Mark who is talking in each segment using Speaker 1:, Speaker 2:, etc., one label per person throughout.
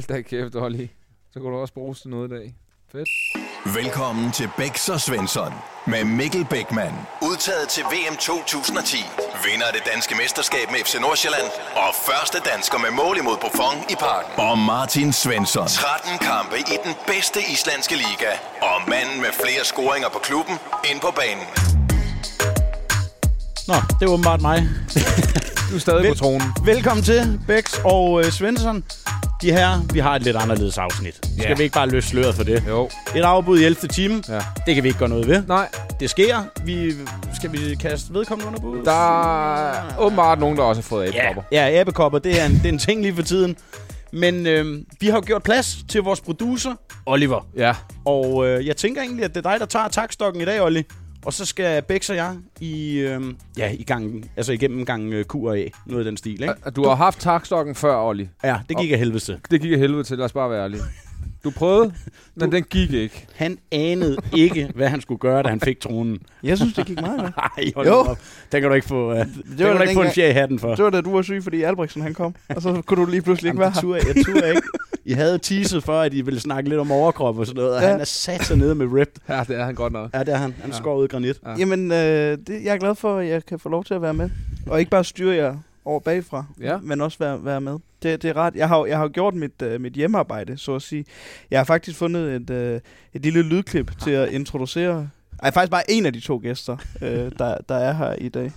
Speaker 1: Hold da kæft, Olli. Så kunne du også bruges til noget i dag. Fedt.
Speaker 2: Velkommen til Bæks og Svensson med Mikkel Bækman. Udtaget til VM 2010. Vinder af det danske mesterskab med FC Nordsjælland. Og første dansker med mål imod Buffon i parken. Og Martin Svensson. 13 kampe i den bedste islandske liga. Og manden med flere scoringer på klubben ind på banen.
Speaker 3: Nå, det er åbenbart mig.
Speaker 1: Du er stadig
Speaker 3: Vel-
Speaker 1: på tronen.
Speaker 3: Velkommen til, Bex og øh, Svensson. De her, vi har et lidt anderledes afsnit. Yeah.
Speaker 1: Ja.
Speaker 3: Skal vi ikke bare løse sløret for det?
Speaker 1: Jo.
Speaker 3: Et afbud i 11. time,
Speaker 1: Ja.
Speaker 3: det kan vi ikke gøre noget ved.
Speaker 1: Nej,
Speaker 3: Det sker. Vi, skal vi kaste vedkommende under bussen?
Speaker 1: der er åbenbart nogen, der også har fået æbekopper.
Speaker 3: Ja, ja æbekopper, det er, en, det er en ting lige for tiden. Men øh, vi har jo gjort plads til vores producer, Oliver.
Speaker 1: Ja.
Speaker 3: Og øh, jeg tænker egentlig, at det er dig, der tager takstokken i dag, Olli. Og så skal Bex og jeg i, øh, ja, i gangen, altså igennem gangen øh, Q og A. Noget af den stil, ikke?
Speaker 1: Du har haft takstokken før, Olli.
Speaker 3: Ja, det gik af helvede til.
Speaker 1: Det gik af helvede til, lad os bare være ærlige. Du prøvede, men den gik ikke.
Speaker 3: Han anede ikke, hvad han skulle gøre, da han fik tronen.
Speaker 4: Jeg synes, det gik meget godt.
Speaker 3: Ej, hold
Speaker 4: Jo.
Speaker 3: jo. op. Den kan du ikke få, uh, den kan du ikke få en
Speaker 4: dengang-
Speaker 3: fjer i hatten for.
Speaker 4: Det var da du var syg, fordi Albrechtsen han kom, og så kunne du lige pludselig ikke
Speaker 3: Jamen,
Speaker 4: være
Speaker 3: det
Speaker 4: her.
Speaker 3: turde, jeg turde ikke. I havde teaset for, at I ville snakke lidt om overkrop og sådan noget, og ja.
Speaker 4: Ja.
Speaker 3: han er sat sig nede med ripped.
Speaker 1: Ja, det er han godt nok.
Speaker 3: Ja, det er han. Han er skåret ud i granit.
Speaker 1: Ja.
Speaker 4: Jamen, øh, det, jeg er glad for, at jeg kan få lov til at være med. Og ikke bare styre jer over bagfra,
Speaker 1: Ja.
Speaker 4: men også være, være med. Det, det er rart. Jeg har, jo- jeg har jo gjort mit, øh, mit hjemmearbejde, så at sige. Jeg har faktisk fundet et, øh, et lille lydklip til at introducere... Ej, faktisk bare en af de to gæster, øh, der, der er her i dag.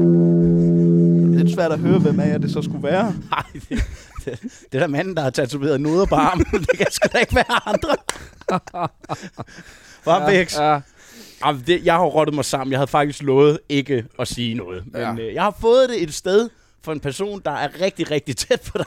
Speaker 4: Det er lidt svært at høre, hvem af jer det så skulle være.
Speaker 3: Nej, det, det, det er der manden, der har tatoveret noder på armen. det kan sgu da ikke være andre. Var ja, ja.
Speaker 1: ja.
Speaker 3: Jamen, det, jeg har jo rottet mig sammen. Jeg havde faktisk lovet ikke at sige noget. Men
Speaker 1: Ja.
Speaker 3: ja. øh, jeg har fået det et sted for en person, der er rigtig, rigtig tæt på dig.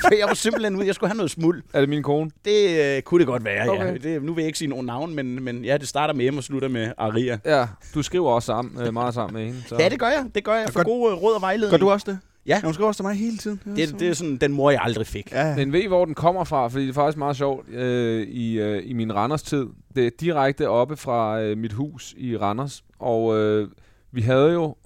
Speaker 3: For jeg var simpelthen ude. Jeg skulle have noget smuld.
Speaker 1: Er det min kone?
Speaker 3: Det øh, kunne det godt være, okay. ja.
Speaker 1: Okay.
Speaker 3: Det, nu vil jeg ikke sige nogen navn, men, men ja, det starter med M og slutter med Aria.
Speaker 1: Ja, du skriver også sammen, øh, meget sammen med hende. Så.
Speaker 3: Ja, det gør jeg. Det gør jeg. For
Speaker 4: Gør-
Speaker 3: gode øh, råd og vejledning.
Speaker 4: Gør du også det?
Speaker 3: Ja.
Speaker 4: Ja, hun skriver også til mig hele tiden.
Speaker 3: Det, det er sådan den mor, jeg aldrig fik.
Speaker 4: Ja, ja.
Speaker 1: Men ved I, hvor den kommer fra? Fordi det er faktisk meget sjovt øh, i, øh, i min Randers-tid. Det er direkte oppe fra øh, mit hus i Randers. Og øh, vi havde jo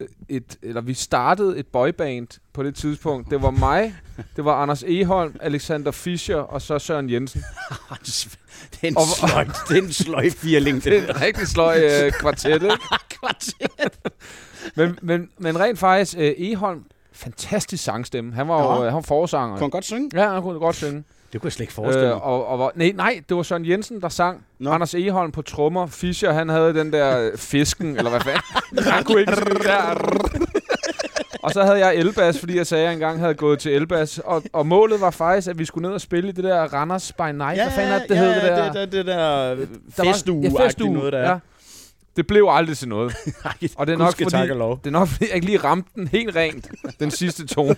Speaker 1: øh, et, eller vi startede et boyband på det tidspunkt. Det var mig, det var Anders Eholm, Alexander Fischer og så Søren Jensen.
Speaker 3: Det er en
Speaker 1: Og-
Speaker 3: sløj, det er en sløj firling, det
Speaker 1: Det
Speaker 3: der
Speaker 1: er en rigtig sløj øh, kvartet, ikke?
Speaker 3: kvarter.
Speaker 1: Men, men, men rent faktisk, øh, Eholm, fantastisk sangstemme. Han var jo
Speaker 3: Ja.
Speaker 1: øh, han var forsanger.
Speaker 3: Kunne han godt synge?
Speaker 1: Ja, han kunne godt synge.
Speaker 3: Det kunne jeg slet ikke forestille mig.
Speaker 1: Øh, og, og, var- nej, nej, det var Søren Jensen, der sang.
Speaker 3: Nå.
Speaker 1: Nå. Anders Eholm på trommer. Fischer, han havde den der øh, fisken, eller hvad fanden. han kunne ikke sådan der. og så havde jeg Elbas, fordi jeg sagde, at jeg engang havde gået til Elbas. Og, og målet var faktisk, at vi skulle ned og spille i det der Randers by Night. hvad fanden er det, det
Speaker 3: ja,
Speaker 1: hed det der?
Speaker 3: Det, det, det der,
Speaker 1: Der var-
Speaker 3: festuge ja, festuge. noget, der er.
Speaker 1: ja. Det blev aldrig til noget. Og det er nok
Speaker 3: Gud ske
Speaker 1: fordi-
Speaker 3: tak og lov.
Speaker 1: Det er nok, fordi jeg ikke lige ramte den helt rent, den sidste tone.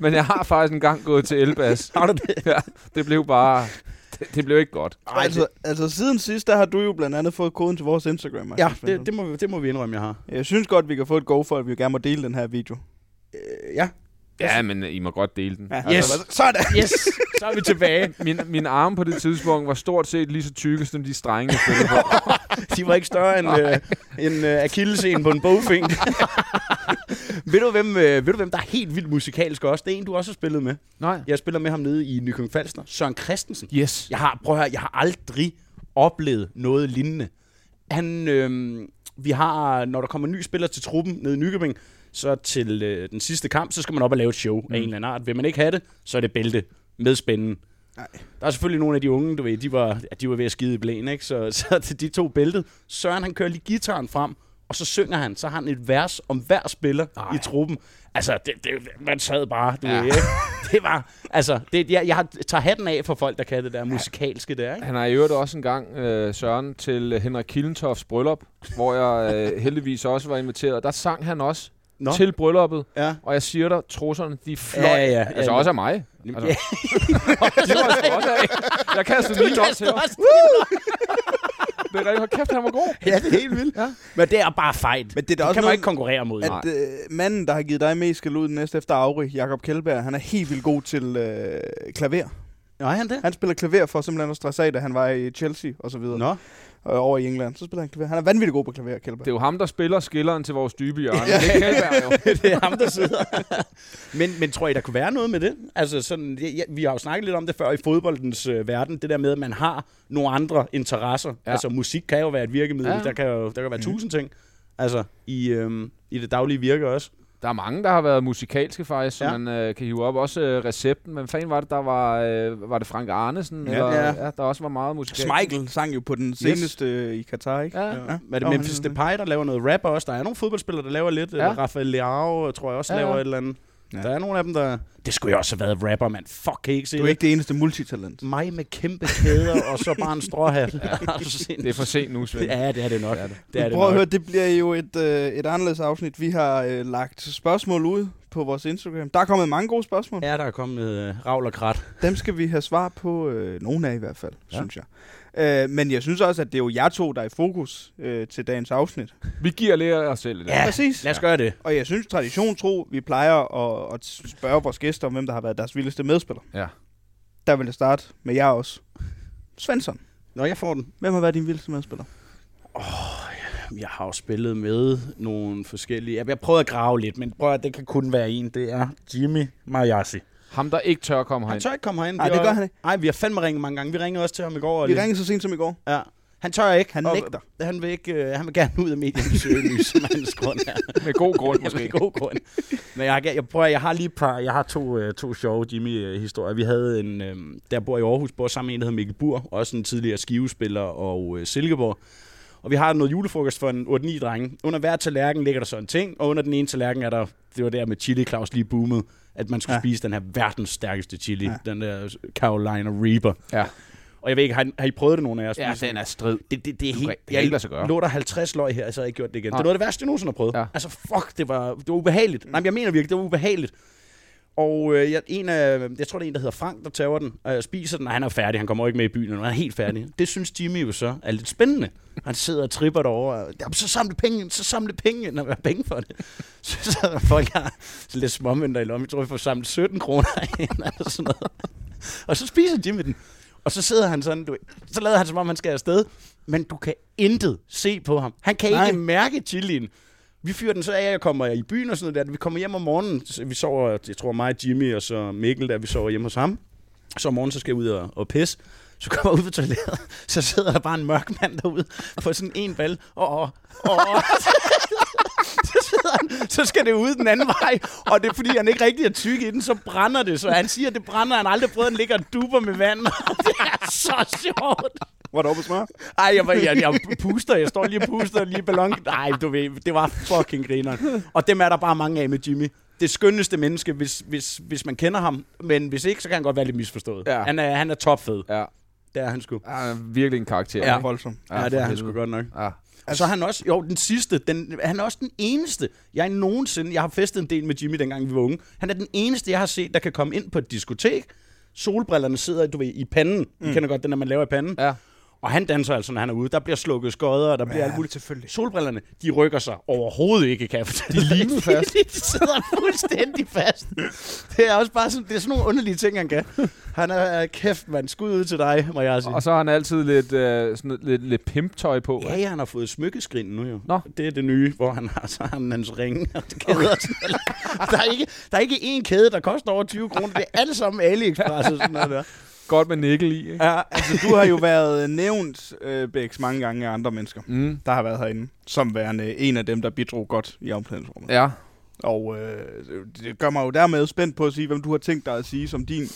Speaker 1: Men jeg har faktisk engang gået til Elbas.
Speaker 3: Har du det?
Speaker 1: Ja, det blev bare... Det, det blev ikke godt.
Speaker 3: Ej,
Speaker 4: altså, altså, siden sidst, der har du jo blandt andet fået koden til vores Instagram. Martin
Speaker 3: Ja,
Speaker 4: Svensson.
Speaker 3: det, det, må, vi- det må vi indrømme, jeg har.
Speaker 4: Jeg synes godt, vi kan få et go for, at vi gerne må dele den her video.
Speaker 3: Øh, ja.
Speaker 1: Ja, men øh, I må godt dele den. Ja.
Speaker 3: Yes.
Speaker 4: Altså, Sådan.
Speaker 3: Yes, så er vi tilbage.
Speaker 1: Min, mine arme på det tidspunkt var stort set lige så tykke, som de strenge, jeg spillede på.
Speaker 3: De var ikke større end, øh, end øh, akillesen på en bogfing. ved, du, hvem, øh, ved du, hvem der er helt vildt musikalsk også? Det er en, du også har spillet med.
Speaker 1: Nej.
Speaker 3: Jeg spiller med ham nede i Nykøbing Falster. Søren Christensen.
Speaker 1: Yes.
Speaker 3: Jeg har, prøv at høre, jeg har aldrig oplevet noget lignende. Han, øh, vi har, når der kommer nye spillere til truppen nede i Nykøbing, så til øh, den sidste kamp, så skal man op og lave et show mm. af en eller anden art. Vil man ikke have det, så er det bælte med spænden.
Speaker 4: Nej.
Speaker 3: Der er selvfølgelig nogle af de unge, du ved, de var, ja, de var ved at skide i blæen, ikke? Så, så de to bæltet. Søren, han kører lige gitaren frem, og så synger han. Så har han et vers om hver spiller Ej. i truppen. Altså, det, det, man sad bare, du ja. ved, ikke? Det var, altså, det, jeg, jeg har- tager hatten af for folk, der kan det der musikalske der, ikke?
Speaker 1: Han har i øvrigt også engang øh, Søren til øh, Henrik Killentofs bryllup, hvor jeg øh, heldigvis også var inviteret. Der sang han også
Speaker 3: Nå.
Speaker 1: Nå. til brylluppet.
Speaker 3: Ja.
Speaker 1: Og jeg siger dig, trusserne, de fløj.
Speaker 3: Ja, ja, ja.
Speaker 1: altså
Speaker 3: Ja.
Speaker 1: også af mig. Altså,
Speaker 3: Ja.
Speaker 1: Det var jeg sgu også af. Jeg kastede lige op til
Speaker 3: Kaster
Speaker 1: ham.
Speaker 3: også-
Speaker 1: Det er rigtig hold kæft, han var god.
Speaker 3: ja, det er helt vildt.
Speaker 1: Ja.
Speaker 3: Men det er bare fejt.
Speaker 4: Men
Speaker 3: Men
Speaker 4: det er da
Speaker 3: det
Speaker 4: også
Speaker 3: kan man
Speaker 4: noget,
Speaker 3: ikke konkurrere mod.
Speaker 4: at øh, manden, der har givet dig mest skal ud den næste efter Auri, Jakob Kjellberg, han er helt vildt god til øh, klaver.
Speaker 3: Nå, er han det?
Speaker 4: Han spiller klaver for simpelthen at stresse af, da han var i Chelsea og så videre.
Speaker 3: Nå.
Speaker 4: Øh, over i England. Så spiller han klaver. Han er vanvittig god på klaver, Kjellberg.
Speaker 1: Det er jo ham, der spiller skilleren til vores dybe hjørne. Det er Kjellberg jo.
Speaker 3: det er ham, der sidder. men, men tror I, der kunne være noget med det? Altså, sådan, ja, ja, vi har jo snakket lidt om det før i fodboldens øh, verden, det der med, at man har nogle andre interesser.
Speaker 1: Ja.
Speaker 3: Ja. Altså, musik kan jo være et virkemiddel,
Speaker 1: Ja.
Speaker 3: ja. der, kan jo, der kan være mm. tusind ting. Altså, i, øhm, i det daglige virke også.
Speaker 1: Der er mange, der har været musikalske faktisk, som
Speaker 3: Ja.
Speaker 1: man øh, kan hive op. Også øh, recepten. Men fanden var det, der var, øh, var det Frank Arnesen? Ja. Eller,
Speaker 4: Ja.
Speaker 1: ja. der også var meget musikalsk.
Speaker 4: Schmeichel sang jo på den seneste yes. i Katar, ikke?
Speaker 1: Ja.
Speaker 3: Ja. Hvad er det
Speaker 4: Nå,
Speaker 3: Memphis
Speaker 4: han-
Speaker 3: Depay, der laver noget rap også? Der er nogle fodboldspillere, der laver lidt. Ja. Rafael Leao, tror jeg også,
Speaker 1: Ja,
Speaker 3: ja,
Speaker 1: ja.
Speaker 3: laver et eller andet.
Speaker 4: Ja.
Speaker 3: Ja. Der er nogle af dem, der... Det skulle jeg også have været rapper, mand. Fuck, kan I ikke se
Speaker 4: Du er
Speaker 3: det?
Speaker 4: ikke det eneste multitalent.
Speaker 3: Mig med kæmpe kæder, og så bare en stråhat. ja.
Speaker 1: Det er for sent nu, Svend.
Speaker 3: Ja, det er det nok.
Speaker 1: Det er
Speaker 3: Det er
Speaker 1: det.
Speaker 3: det.
Speaker 4: Det
Speaker 3: er
Speaker 4: er
Speaker 3: det
Speaker 4: Prøv at
Speaker 3: nok.
Speaker 4: høre, det bliver jo et, øh, et anderledes afsnit. Vi har øh, lagt spørgsmål ud på vores Instagram. Der er kommet mange gode spørgsmål. Ja.
Speaker 3: Ja, der er kommet øh, ravl og krat.
Speaker 4: Dem skal vi have svar på. Øh, nogle af i hvert fald, ja. synes jeg. Øh, men jeg synes også, at det er jo jer to, der er i fokus øh, til dagens afsnit.
Speaker 1: Vi giver lidt af os selv. i dag.
Speaker 4: præcis.
Speaker 3: Lad os gøre det.
Speaker 4: Og jeg synes, tradition tro, vi plejer at, at spørge vores gæster om, hvem der har været deres vildeste medspiller.
Speaker 1: Ja.
Speaker 4: Der vil jeg starte med jer også. Svensson,
Speaker 3: Nå, jeg får den.
Speaker 4: hvem har været din vildeste medspiller?
Speaker 3: Jeg har jo spillet med nogle forskellige... Jeg- Jeg prøver at grave lidt, men prøv at det kan kun være en. Det er Jimmy Mariasi.
Speaker 1: Ham, der ikke tør at komme
Speaker 3: Han
Speaker 1: herind.
Speaker 3: tør ikke komme herind.
Speaker 4: Nej, det gør han ikke.
Speaker 3: Nej, vi har fandme ringet mange gange. Vi ringede også til ham i går. og
Speaker 4: Vi
Speaker 3: lidt-
Speaker 4: ringede så sent som i går.
Speaker 3: Ja. Han tør ikke.
Speaker 4: Han
Speaker 3: og-
Speaker 4: nægter.
Speaker 3: Han vil, ikke, øh, han vil gerne ud af mediernes søgelys, som hans grund er.
Speaker 1: Med god grund,
Speaker 3: Måske.
Speaker 1: måske.
Speaker 3: Med god grund. Men jeg, jeg, jeg, prøver, jeg har lige et par, jeg har to, øh, to sjove Jimmy-historier. Vi havde en, øh, der bor i Aarhus, bor sammen med en, der hedder Mikkel Bur, også en tidligere skivespiller og øh, Silkeborg. Og vi har noget julefrokost for en 8-9 drenge. Under hver tallerken ligger der så en ting, og under den ene tallerken er der, det var der med chili Claus lige boomede, at man skulle
Speaker 4: Ja.
Speaker 3: ja. spise den her verdens stærkeste chili, ja. den der Carolina Reaper.
Speaker 1: Ja.
Speaker 3: Og jeg ved ikke, har, I- har I prøvet det, nogen af jer?
Speaker 1: ja,
Speaker 3: Spise
Speaker 1: den er strid.
Speaker 3: det, det, det er
Speaker 1: Du
Speaker 3: helt...
Speaker 1: kan- det kan ikke lade sig gøre.
Speaker 3: lå der 50 løg her, og så havde jeg ikke gjort det igen.
Speaker 1: Nej.
Speaker 3: Nej. Det var det værste, jeg nogensinde har prøvet.
Speaker 1: Ja.
Speaker 3: Ja. Altså, fuck, det var, det var ubehageligt. Nej, men jeg mener virkelig, det var ubehageligt. Og øh, jeg, en af, jeg tror, det er en, der hedder Frank, der tager den og jeg spiser den. Nej, han er færdig. Han kommer jo ikke med i byen, nu. han er helt færdig. Det synes Jimmy jo så er lidt spændende. Han sidder og tripper derovre. og, Jamen, så samle penge, ind, så samle penge, ind." når man har penge for det. Så, så er der folk, jeg har lidt småmønter i lommen. Jeg tror, vi får samlet 17 kroner ind, eller sådan noget. Og så spiser Jimmy den. Og så sidder han sådan, du, ved, så lader han som om, han skal afsted. Men du kan intet se på ham. Han kan Nej.
Speaker 4: Nej.
Speaker 3: ikke mærke chilien. Vi fyrer den så af, jeg kommer i byen og sådan noget der. Vi kommer hjem om morgenen. Så Vi sover, jeg tror mig, Jimmy og så Mikkel, der vi sover hjemme hos ham. Så om morgenen, så skal jeg ud og, og pisse. Så kommer jeg ud på toilettet, så sidder der bare en mørk mand derude på sådan en bal. Og, og, og så sidder han, så skal det ud den anden vej. Og det er, fordi han ikke rigtig er tyk i den, så brænder det. Så han siger, at det brænder, han har aldrig prøvet, at han ligger og duber med vand. det er så sjovt.
Speaker 4: Var du oppe og smør?
Speaker 3: Ej, jeg, var, jeg, jeg puster, jeg står lige og puster lige i ballon. Nej, du ved, det var fucking grineren. Og dem er der bare mange af med Jimmy. Det skønneste menneske, hvis, hvis, hvis man kender ham. Men hvis ikke, så kan han godt være lidt misforstået.
Speaker 1: Ja.
Speaker 3: Han, er, han er topfed.
Speaker 1: Ja.
Speaker 3: Det er han sgu.
Speaker 1: Han er virkelig en karakter.
Speaker 4: Ja.
Speaker 1: ikke?
Speaker 4: Voldsom.
Speaker 3: Ja, det
Speaker 1: for
Speaker 3: er han
Speaker 1: helvede.
Speaker 3: sgu godt nok.
Speaker 1: Ja.
Speaker 3: Og så er han også, jo, den sidste, den, han er også den eneste, jeg nogensinde, jeg har festet en del med Jimmy, dengang vi var unge. Han er den eneste, jeg har set, der kan komme ind på et diskotek. Solbrillerne sidder, du ved, i panden. Mm. I kender godt den, der man laver i panden.
Speaker 1: Ja.
Speaker 3: Og han danser altså, når han er ude. Der bliver slukket skodder, og der bliver alt muligt.
Speaker 4: selvfølgelig.
Speaker 3: Solbrillerne, de rykker sig overhovedet ikke, kan jeg fortælle De
Speaker 1: limet fast.
Speaker 3: de sidder fuldstændig fast. Det er også bare sådan, det er sådan nogle underlige ting, han kan. Han er kæft, mand. Skud ud til dig, må jeg sige.
Speaker 1: Og så har han altid lidt, øh, sådan noget- lidt, lidt pimptøj på.
Speaker 3: Ja, ja, han har fået smykkeskrin nu jo.
Speaker 1: Nå.
Speaker 3: Det er det nye, hvor han har, så har han hans ringe og kæder. og sådan noget. der, er ikke, der er ikke én kæde, der koster over 20 kroner. Det er alle sammen AliExpress og sådan noget der.
Speaker 1: Godt med nikkel i. Ikke?
Speaker 4: Ja, altså du har jo været nævnt, øh, Bæks, mange gange af andre mennesker,
Speaker 1: Mm.
Speaker 4: der har været herinde, som værende en af dem, der bidrog godt i omklædningsrummet. Ja.
Speaker 1: Ja.
Speaker 4: Og øh, det gør mig jo dermed spændt på at sige, hvem du har tænkt dig at sige som din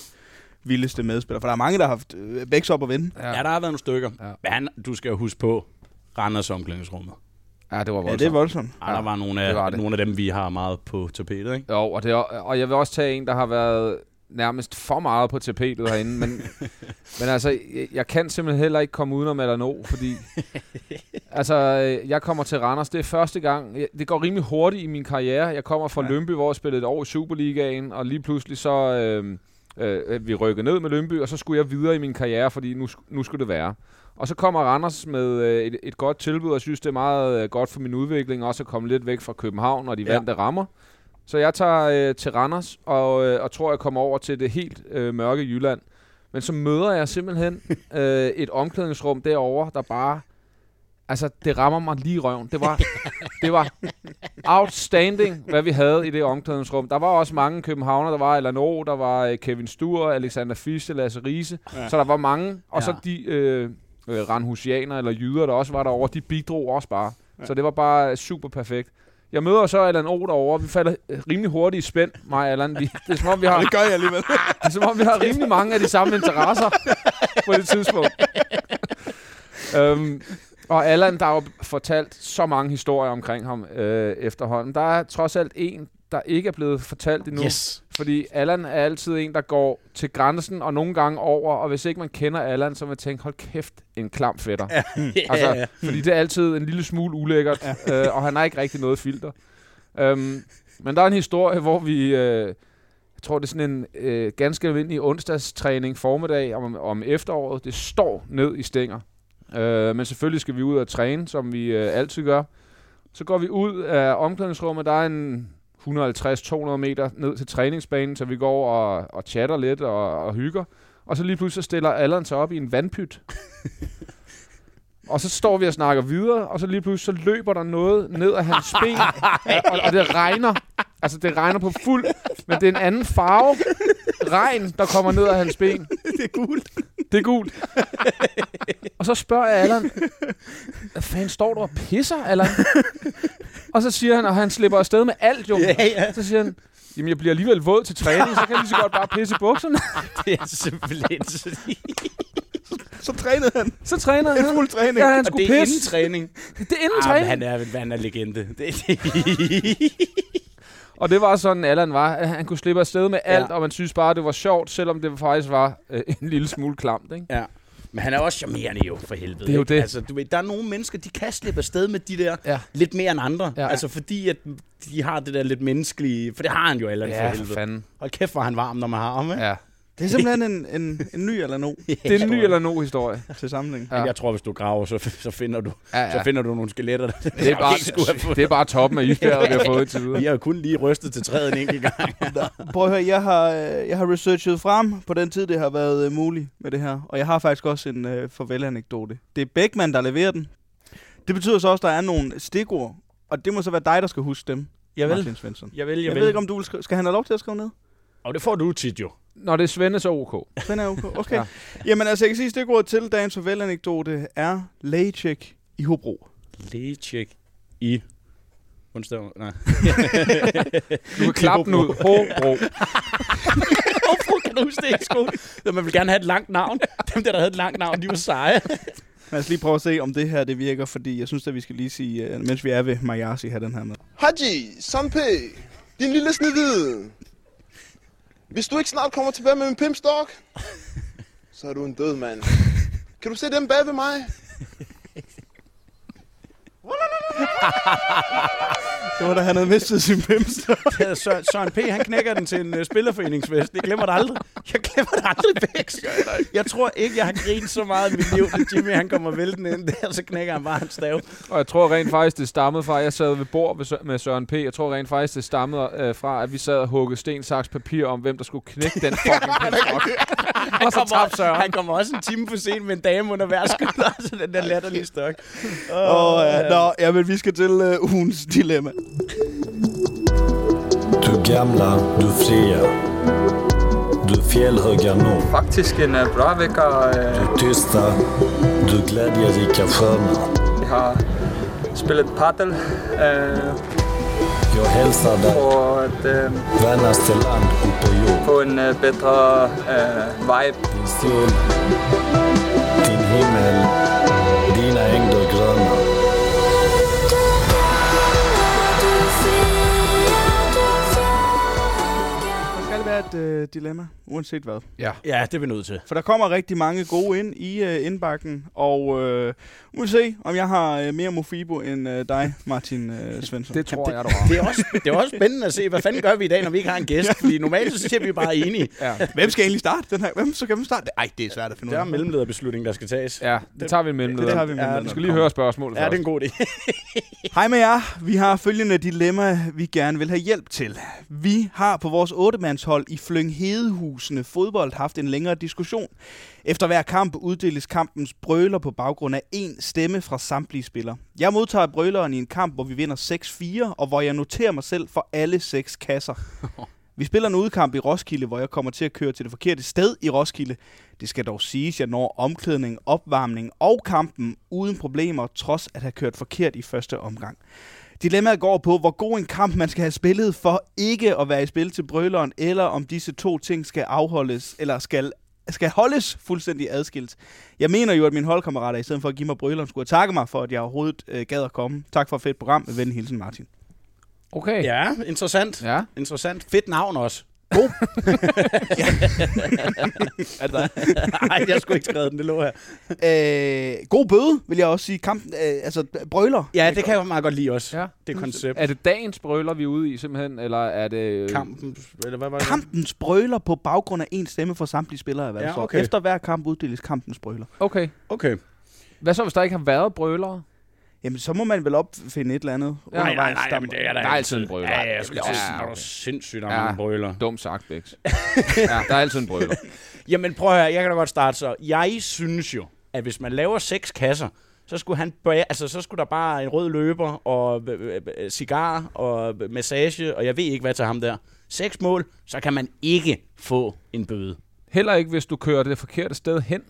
Speaker 4: vildeste medspiller. For der er mange, der har haft øh, Bæks op at vinde.
Speaker 1: Ja.
Speaker 3: Ja, der har været nogle stykker.
Speaker 1: Ja.
Speaker 3: Ja. Men han, du skal jo huske på, Randers omklædningsrummet.
Speaker 1: ja, det var voldsomt.
Speaker 4: Ja, det er voldsomt.
Speaker 3: Ja,
Speaker 1: Ja,
Speaker 3: der var, nogle af,
Speaker 1: det var det.
Speaker 3: nogle af dem, vi har meget på tapetet, ikke?
Speaker 1: Jo, og, det er, og jeg vil også tage en, der har været nærmest for meget på tapetet herinde, men, men altså, jeg, jeg kan simpelthen heller ikke komme udenom Alano, fordi altså, øh, jeg kommer til Randers, det er første gang, jeg, det går rimelig hurtigt i min karriere, jeg kommer fra ja. Lønby, hvor jeg spillede et år i Superligaen, og lige pludselig så, øh, øh, vi rykkede ned med Lønby, og så skulle jeg videre i min karriere, fordi nu, sk- nu skulle det være. Og så kommer Randers med øh, et, et godt tilbud, og jeg synes, det er meget øh, godt for min udvikling, også at komme lidt væk fra København og de ja.
Speaker 3: Ja.
Speaker 1: vante rammer. Så jeg tager øh, til Randers, og, øh, og tror, jeg kommer over til det helt øh, mørke Jylland. Men så møder jeg simpelthen øh, et omklædningsrum derovre, der bare... Altså, det rammer mig lige i røven. Det var, det var outstanding, hvad vi havde i det omklædningsrum. Der var også mange københavner. Der var Allan O, der var øh, Kevin Stur, Alexander Fischer, Lasse Riese.
Speaker 3: Ja.
Speaker 1: Ja. Så der var mange. Og ja. så
Speaker 3: Ja.
Speaker 1: de øh, øh, ranhusianer eller jyder, der også var derovre, de bidrog også bare. Ja. Så det var bare super perfekt. Jeg møder så Allan O derovre. Vi falder øh, rimelig hurtigt i spænd, mig og Allan. Vi, det er som om, vi har...
Speaker 4: Det gør jeg alligevel.
Speaker 1: Det er som om, vi har rimelig mange af de samme interesser på det tidspunkt. øhm, og Allan, der har jo fortalt så mange historier omkring ham øh, efterhånden. Der er trods alt en, der ikke er blevet fortalt endnu.
Speaker 3: Yes.
Speaker 1: Fordi Allan er altid en, der går til grænsen og nogle gange over. Og hvis ikke man kender Allan, så vil man tænke, hold kæft, en klam fætter. Ja. Altså,
Speaker 3: Ja, ja.
Speaker 1: Fordi det er altid en lille smule ulækkert, ja. øh, og han har ikke rigtig noget filter. Øhm, men der er en historie, hvor vi... Øh, jeg tror, det er sådan en øh, ganske almindelig onsdagstræning formiddag om, om efteråret. Det står ned i stænger. Øh, men selvfølgelig skal vi ud og træne, som vi øh, altid gør. Så går vi ud af omklædningsrummet. Der er en 150-200 meter ned til træningsbanen, så vi går over og, og chatter lidt og, og hygger. Og så lige pludselig så stiller Allan sig op i en vandpyt. og så står vi og snakker videre, og så lige pludselig så løber der noget ned af hans ben, og, og det regner. Altså, det regner på fuld, men det er en anden farve. Regn, der kommer ned af hans ben.
Speaker 3: Det er gult.
Speaker 1: Det er gult. og så spørger jeg Allan, hvad fanden står du og pisser, Allan? og så siger han, og han slipper afsted med alt, jo.
Speaker 3: Ja, ja.
Speaker 1: Så siger han, jamen jeg bliver alligevel våd til træning, så kan jeg lige så godt bare pisse i bukserne.
Speaker 3: Det er simpelthen så
Speaker 4: Så trænede han.
Speaker 1: så træner han.
Speaker 4: En fuld træning.
Speaker 1: Ja, han
Speaker 3: Og
Speaker 1: skulle
Speaker 3: det er
Speaker 1: pisse.
Speaker 3: inden træning.
Speaker 1: Det er inden
Speaker 3: Ah, men
Speaker 1: træning.
Speaker 3: han er, han er legende. Det, det.
Speaker 1: Og det var sådan, Allan var. at Han kunne slippe afsted med alt,
Speaker 3: Ja.
Speaker 1: og man synes bare, det var sjovt, selvom det faktisk var øh, en lille smule klamt. Ikke?
Speaker 3: Ja. Men han er også charmerende jo, for helvede.
Speaker 1: Det er jo
Speaker 3: ikke?
Speaker 1: det.
Speaker 3: Altså, du ved, der er nogle mennesker, de kan slippe afsted med de der
Speaker 1: Ja.
Speaker 3: lidt mere end andre.
Speaker 1: Ja.
Speaker 3: Altså fordi, at de har det der lidt menneskelige... For det har han jo Allan for
Speaker 1: for
Speaker 3: helvede.
Speaker 1: fanden.
Speaker 3: Hold kæft, hvor er han varm, når man har ham, ikke?
Speaker 1: Ja.
Speaker 4: Det er simpelthen en, en, en ny eller no
Speaker 1: Det er en ny eller no historie.
Speaker 4: til sammenligning.
Speaker 1: Ja.
Speaker 3: Jeg tror, hvis du graver, så, så, finder, du,
Speaker 1: Ja, ja.
Speaker 3: så finder du nogle skeletter. Der,
Speaker 1: Det er, bare, det er bare toppen af isbjerget, vi har fået til videre.
Speaker 3: Vi har kun lige rystet til træet en enkelt gang.
Speaker 4: Prøv at høre, jeg har, øh, jeg har researchet frem på den tid, det har været øh, muligt med det her. Og jeg har faktisk også en øh, farvel-anekdote. Det er Beckmann, der leverer den. Det betyder så også, at der er nogle stikord, og det må så være dig, der skal huske dem.
Speaker 3: Jeg vil.
Speaker 4: Martin Svensson.
Speaker 3: Jeg vil, jeg,
Speaker 4: Jeg ved ikke, om du vil skrive. Skal han have lov til at skrive ned?
Speaker 3: Og det får du tit jo.
Speaker 1: Når det er Svende, så ok.
Speaker 4: Den er okay. okay.
Speaker 1: Ja.
Speaker 4: ja. Jamen altså, jeg kan sige, at stikordet til dagens farvel-anekdote er lægecheck i Hobro.
Speaker 3: Lægecheck i... Onsdag? Nej.
Speaker 1: Du kan klappe den ud. Hobro.
Speaker 3: Hvorfor kan du huske det i skole? Så Man vil gerne have et langt navn. Dem der, der havde et langt navn, de var seje.
Speaker 4: Lad os lige prøve at se, om det her det virker, fordi jeg synes, at vi skal lige sige, øh, mens vi er ved Majasi, have den her med.
Speaker 5: Haji, Sampe, din lille snedvide. Hvis du ikke snart kommer tilbage med en pimpstok, så er du en død mand. Kan du se dem bag ved mig?
Speaker 4: Det var da han havde mistet sin pimster.
Speaker 3: Søren, Søren P., han knækker den til en uh, spillerforeningsfest. Jeg glemmer det aldrig. Jeg glemmer det aldrig, Bex. Jeg tror ikke, jeg har grinet så meget i mit liv, at Jimmy han kommer vælten ind der, så knækker han bare en stav.
Speaker 1: Og jeg tror rent faktisk, det stammede fra, jeg sad ved bord ved Sø- med Søren P. Jeg tror rent faktisk, det stammede øh, fra, at vi sad og huggede sten, saks, papir om, hvem der skulle knække den fucking pindstrop.
Speaker 3: Han
Speaker 1: Og så tabte
Speaker 3: kommer,
Speaker 1: Søren.
Speaker 3: han kommer også en time for sent med en dame under hver skulder, så den der latterlige stok.
Speaker 4: Åh, ja. øh, Nå, ja, men vi skal til uh, ugens dilemma.
Speaker 6: Du gamla, du fria. Du fjällhöga norr.
Speaker 7: Faktisk en øh, bra vecka. Øh,
Speaker 6: Du tysta, du glädjerika sköna.
Speaker 7: Vi har spillet paddel øh,
Speaker 6: Jag hälsar dig,
Speaker 7: for at øh,
Speaker 6: värnaste land upp på jord.
Speaker 7: få en øh, bedre øh, vibe.
Speaker 6: Din sol, din himmel, dina ängder gröna.
Speaker 4: Der skal være et uh, dilemma, uanset hvad.
Speaker 3: Ja, det er vi nødt til.
Speaker 4: For der kommer rigtig mange gode ind i uh, indbakken, og uh, vi må se, om jeg har uh, mere Mofibo end uh, dig, Martin uh, Svensson.
Speaker 1: Det tror jeg, du
Speaker 3: Det er, også, det er også spændende at se, hvad fanden gør vi i dag, når vi ikke har en gæst? Fordi normalt så siger vi bare enige.
Speaker 1: har. Ja.
Speaker 4: Hvem skal egentlig starte den her? Hvem skal hvem starte? Ej, det er svært at finde
Speaker 3: Det
Speaker 4: ud
Speaker 3: er
Speaker 4: af.
Speaker 3: en mellemlederbeslutning, der skal tages.
Speaker 1: ja, det tager vi med
Speaker 4: Det tager vi med.
Speaker 3: Ja,
Speaker 4: Ja,
Speaker 1: Vi skal lige høre spørgsmålet
Speaker 3: Ja, det er
Speaker 1: først.
Speaker 3: en god idé.
Speaker 4: Hej med jer. Vi har følgende dilemma, vi gerne vil have hjælp til. Vi har på vores 8-mandshold i Flyng Hedehusene fodbold haft en længere diskussion. Efter hver kamp uddeles kampens brøler på baggrund af én stemme fra samtlige spillere. Jeg modtager brøleren i en kamp, hvor vi vinder 6-4, og hvor jeg noterer mig selv for alle seks kasser. Vi spiller en udkamp i Roskilde, hvor jeg kommer til at køre til det forkerte sted i Roskilde. Det skal dog siges, at jeg når omklædning, opvarmning og kampen uden problemer, trods at have kørt forkert i første omgang. Dilemmaet går på, hvor god en kamp man skal have spillet for ikke at være i spil til brøleren, eller om disse to ting skal afholdes, eller skal skal holdes fuldstændig adskilt. Jeg mener jo, at mine holdkammerater, i stedet for at give mig brøleren, skulle have takket mig for, at jeg overhovedet øh, gad at komme. Tak for et fedt program. Med venlig hilsen, Martin.
Speaker 1: Okay. Ja.
Speaker 3: Ja, interessant.
Speaker 1: ja.
Speaker 3: Interessant. Fedt navn også.
Speaker 4: Er det
Speaker 3: Altså, Nej, jeg skulle ikke skrive den, det lå her.
Speaker 4: Øh, god bøde, vil jeg også sige. Kampen, øh, altså, brøler.
Speaker 3: Ja, det kan jeg meget godt lide også.
Speaker 1: Ja.
Speaker 3: Det koncept.
Speaker 1: Er det dagens brøler, vi er ude i simpelthen, eller er det...
Speaker 3: Kampen, eller hvad var det?
Speaker 4: Kampens brøler på baggrund af en stemme fra samtlige spillere, hvad
Speaker 3: Ja,
Speaker 4: ja, så.
Speaker 3: okay.
Speaker 4: Efter hver kamp uddeles kampens brøler.
Speaker 1: Okay.
Speaker 3: Okay.
Speaker 1: Hvad så, hvis der ikke har været brølere?
Speaker 4: Jamen, så må man vel opfinde et eller andet.
Speaker 1: Ja.
Speaker 3: Nej, nej,
Speaker 4: undervejs,
Speaker 3: nej,
Speaker 4: der
Speaker 3: men
Speaker 4: må-
Speaker 3: det er der,
Speaker 1: Der er altid en brøler.
Speaker 3: Ja, ja, jeg skulle
Speaker 1: Ja,
Speaker 3: til at sige,
Speaker 1: okay.
Speaker 3: der er sindssygt der
Speaker 1: Ja.
Speaker 3: mange brøler.
Speaker 1: Dumt sagt, Bex. ja, der er altid en brøler.
Speaker 3: Jamen prøv at høre, jeg kan da godt starte så. Jeg synes jo, at hvis man laver seks kasser, så skulle, han bæ- altså, så skulle der bare en rød løber og øh, øh, cigar og øh, massage, og jeg ved ikke hvad til ham der. Seks mål, så kan man ikke få en bøde.
Speaker 1: Heller ikke, hvis du kører det forkerte sted hen.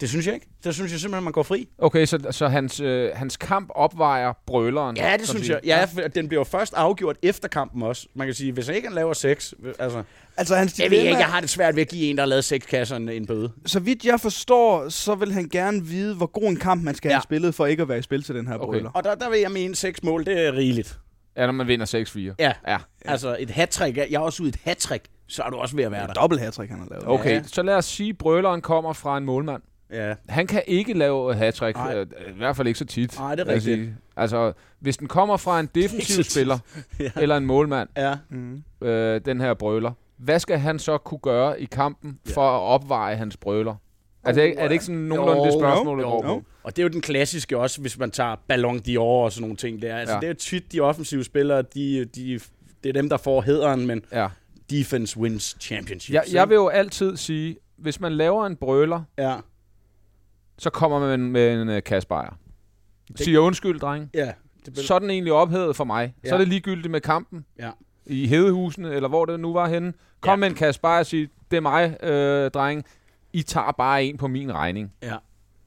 Speaker 3: Det synes jeg ikke. Det synes jeg simpelthen, man går fri.
Speaker 1: Okay, så, så hans, øh, hans kamp opvejer brøleren.
Speaker 3: Ja, det
Speaker 1: som
Speaker 3: synes
Speaker 1: siger.
Speaker 3: jeg. Ja, for den bliver jo først afgjort efter kampen også. Man kan sige, hvis han ikke han laver seks, øh, altså...
Speaker 4: Altså, hans
Speaker 3: Jeg ved
Speaker 4: dilemma-
Speaker 3: ikke, jeg har det svært ved at give en, der har lavet seks kasser en, en bøde.
Speaker 4: Så vidt jeg forstår, så vil han gerne vide, hvor god en kamp man skal
Speaker 3: Ja.
Speaker 4: ja. have spillet, for ikke at være i spil til den her
Speaker 1: Okay.
Speaker 4: okay. brøler.
Speaker 3: Og der, der vil jeg mene, seks mål, det er rigeligt.
Speaker 1: Ja, når man vinder 6-4.
Speaker 3: Ja.
Speaker 1: Ja.
Speaker 3: Altså, et hattrick. Jeg er også ude i et hattrick, så er du også ved at være der.
Speaker 4: Dobbelt hattrick han har lavet.
Speaker 1: Okay,
Speaker 3: Ja.
Speaker 1: ja. så lad os sige, at brøleren kommer fra en målmand.
Speaker 3: Ja.
Speaker 1: Han kan ikke lave hat
Speaker 3: Nej.
Speaker 1: I hvert fald ikke så tit.
Speaker 3: Nej, det er
Speaker 1: vil jeg
Speaker 3: rigtigt.
Speaker 1: sige. Altså, hvis den kommer fra en defensiv
Speaker 3: Ikke så tit.
Speaker 1: spiller,
Speaker 3: Ja.
Speaker 1: eller en målmand,
Speaker 3: Ja.
Speaker 1: øh, den her brøler, hvad skal han så kunne gøre i kampen
Speaker 3: Ja. Oh,
Speaker 1: for at opveje hans brøler? Er det, ikke- er det ikke sådan nogenlunde det
Speaker 3: Jo,
Speaker 1: spørgsmål, der
Speaker 3: jo,
Speaker 1: går på?
Speaker 3: jo. Og det er jo den klassiske også, hvis man tager Ballon d'Or og sådan nogle ting der. Altså, ja.
Speaker 1: Ja.
Speaker 3: det er jo tit de offensive spillere, de, de, det er dem, der får hederen, men
Speaker 1: Ja.
Speaker 3: defense wins championships.
Speaker 1: Jeg,
Speaker 3: ikke?
Speaker 1: jeg vil jo altid sige, hvis man laver en brøler,
Speaker 3: Ja.
Speaker 1: så kommer man med en øh, kastbejer. Siger undskyld, dreng.
Speaker 3: Ja. Det
Speaker 1: Så er den egentlig ophedet for mig. Ja. Så
Speaker 3: Ja.
Speaker 1: er det ligegyldigt med kampen.
Speaker 3: Ja.
Speaker 1: I Hedehusene, eller hvor det nu var henne. Kom
Speaker 3: Ja.
Speaker 1: ja. med en kastbejer og sig, det er mig, øh, dreng. I tager bare en på min regning.
Speaker 3: ja.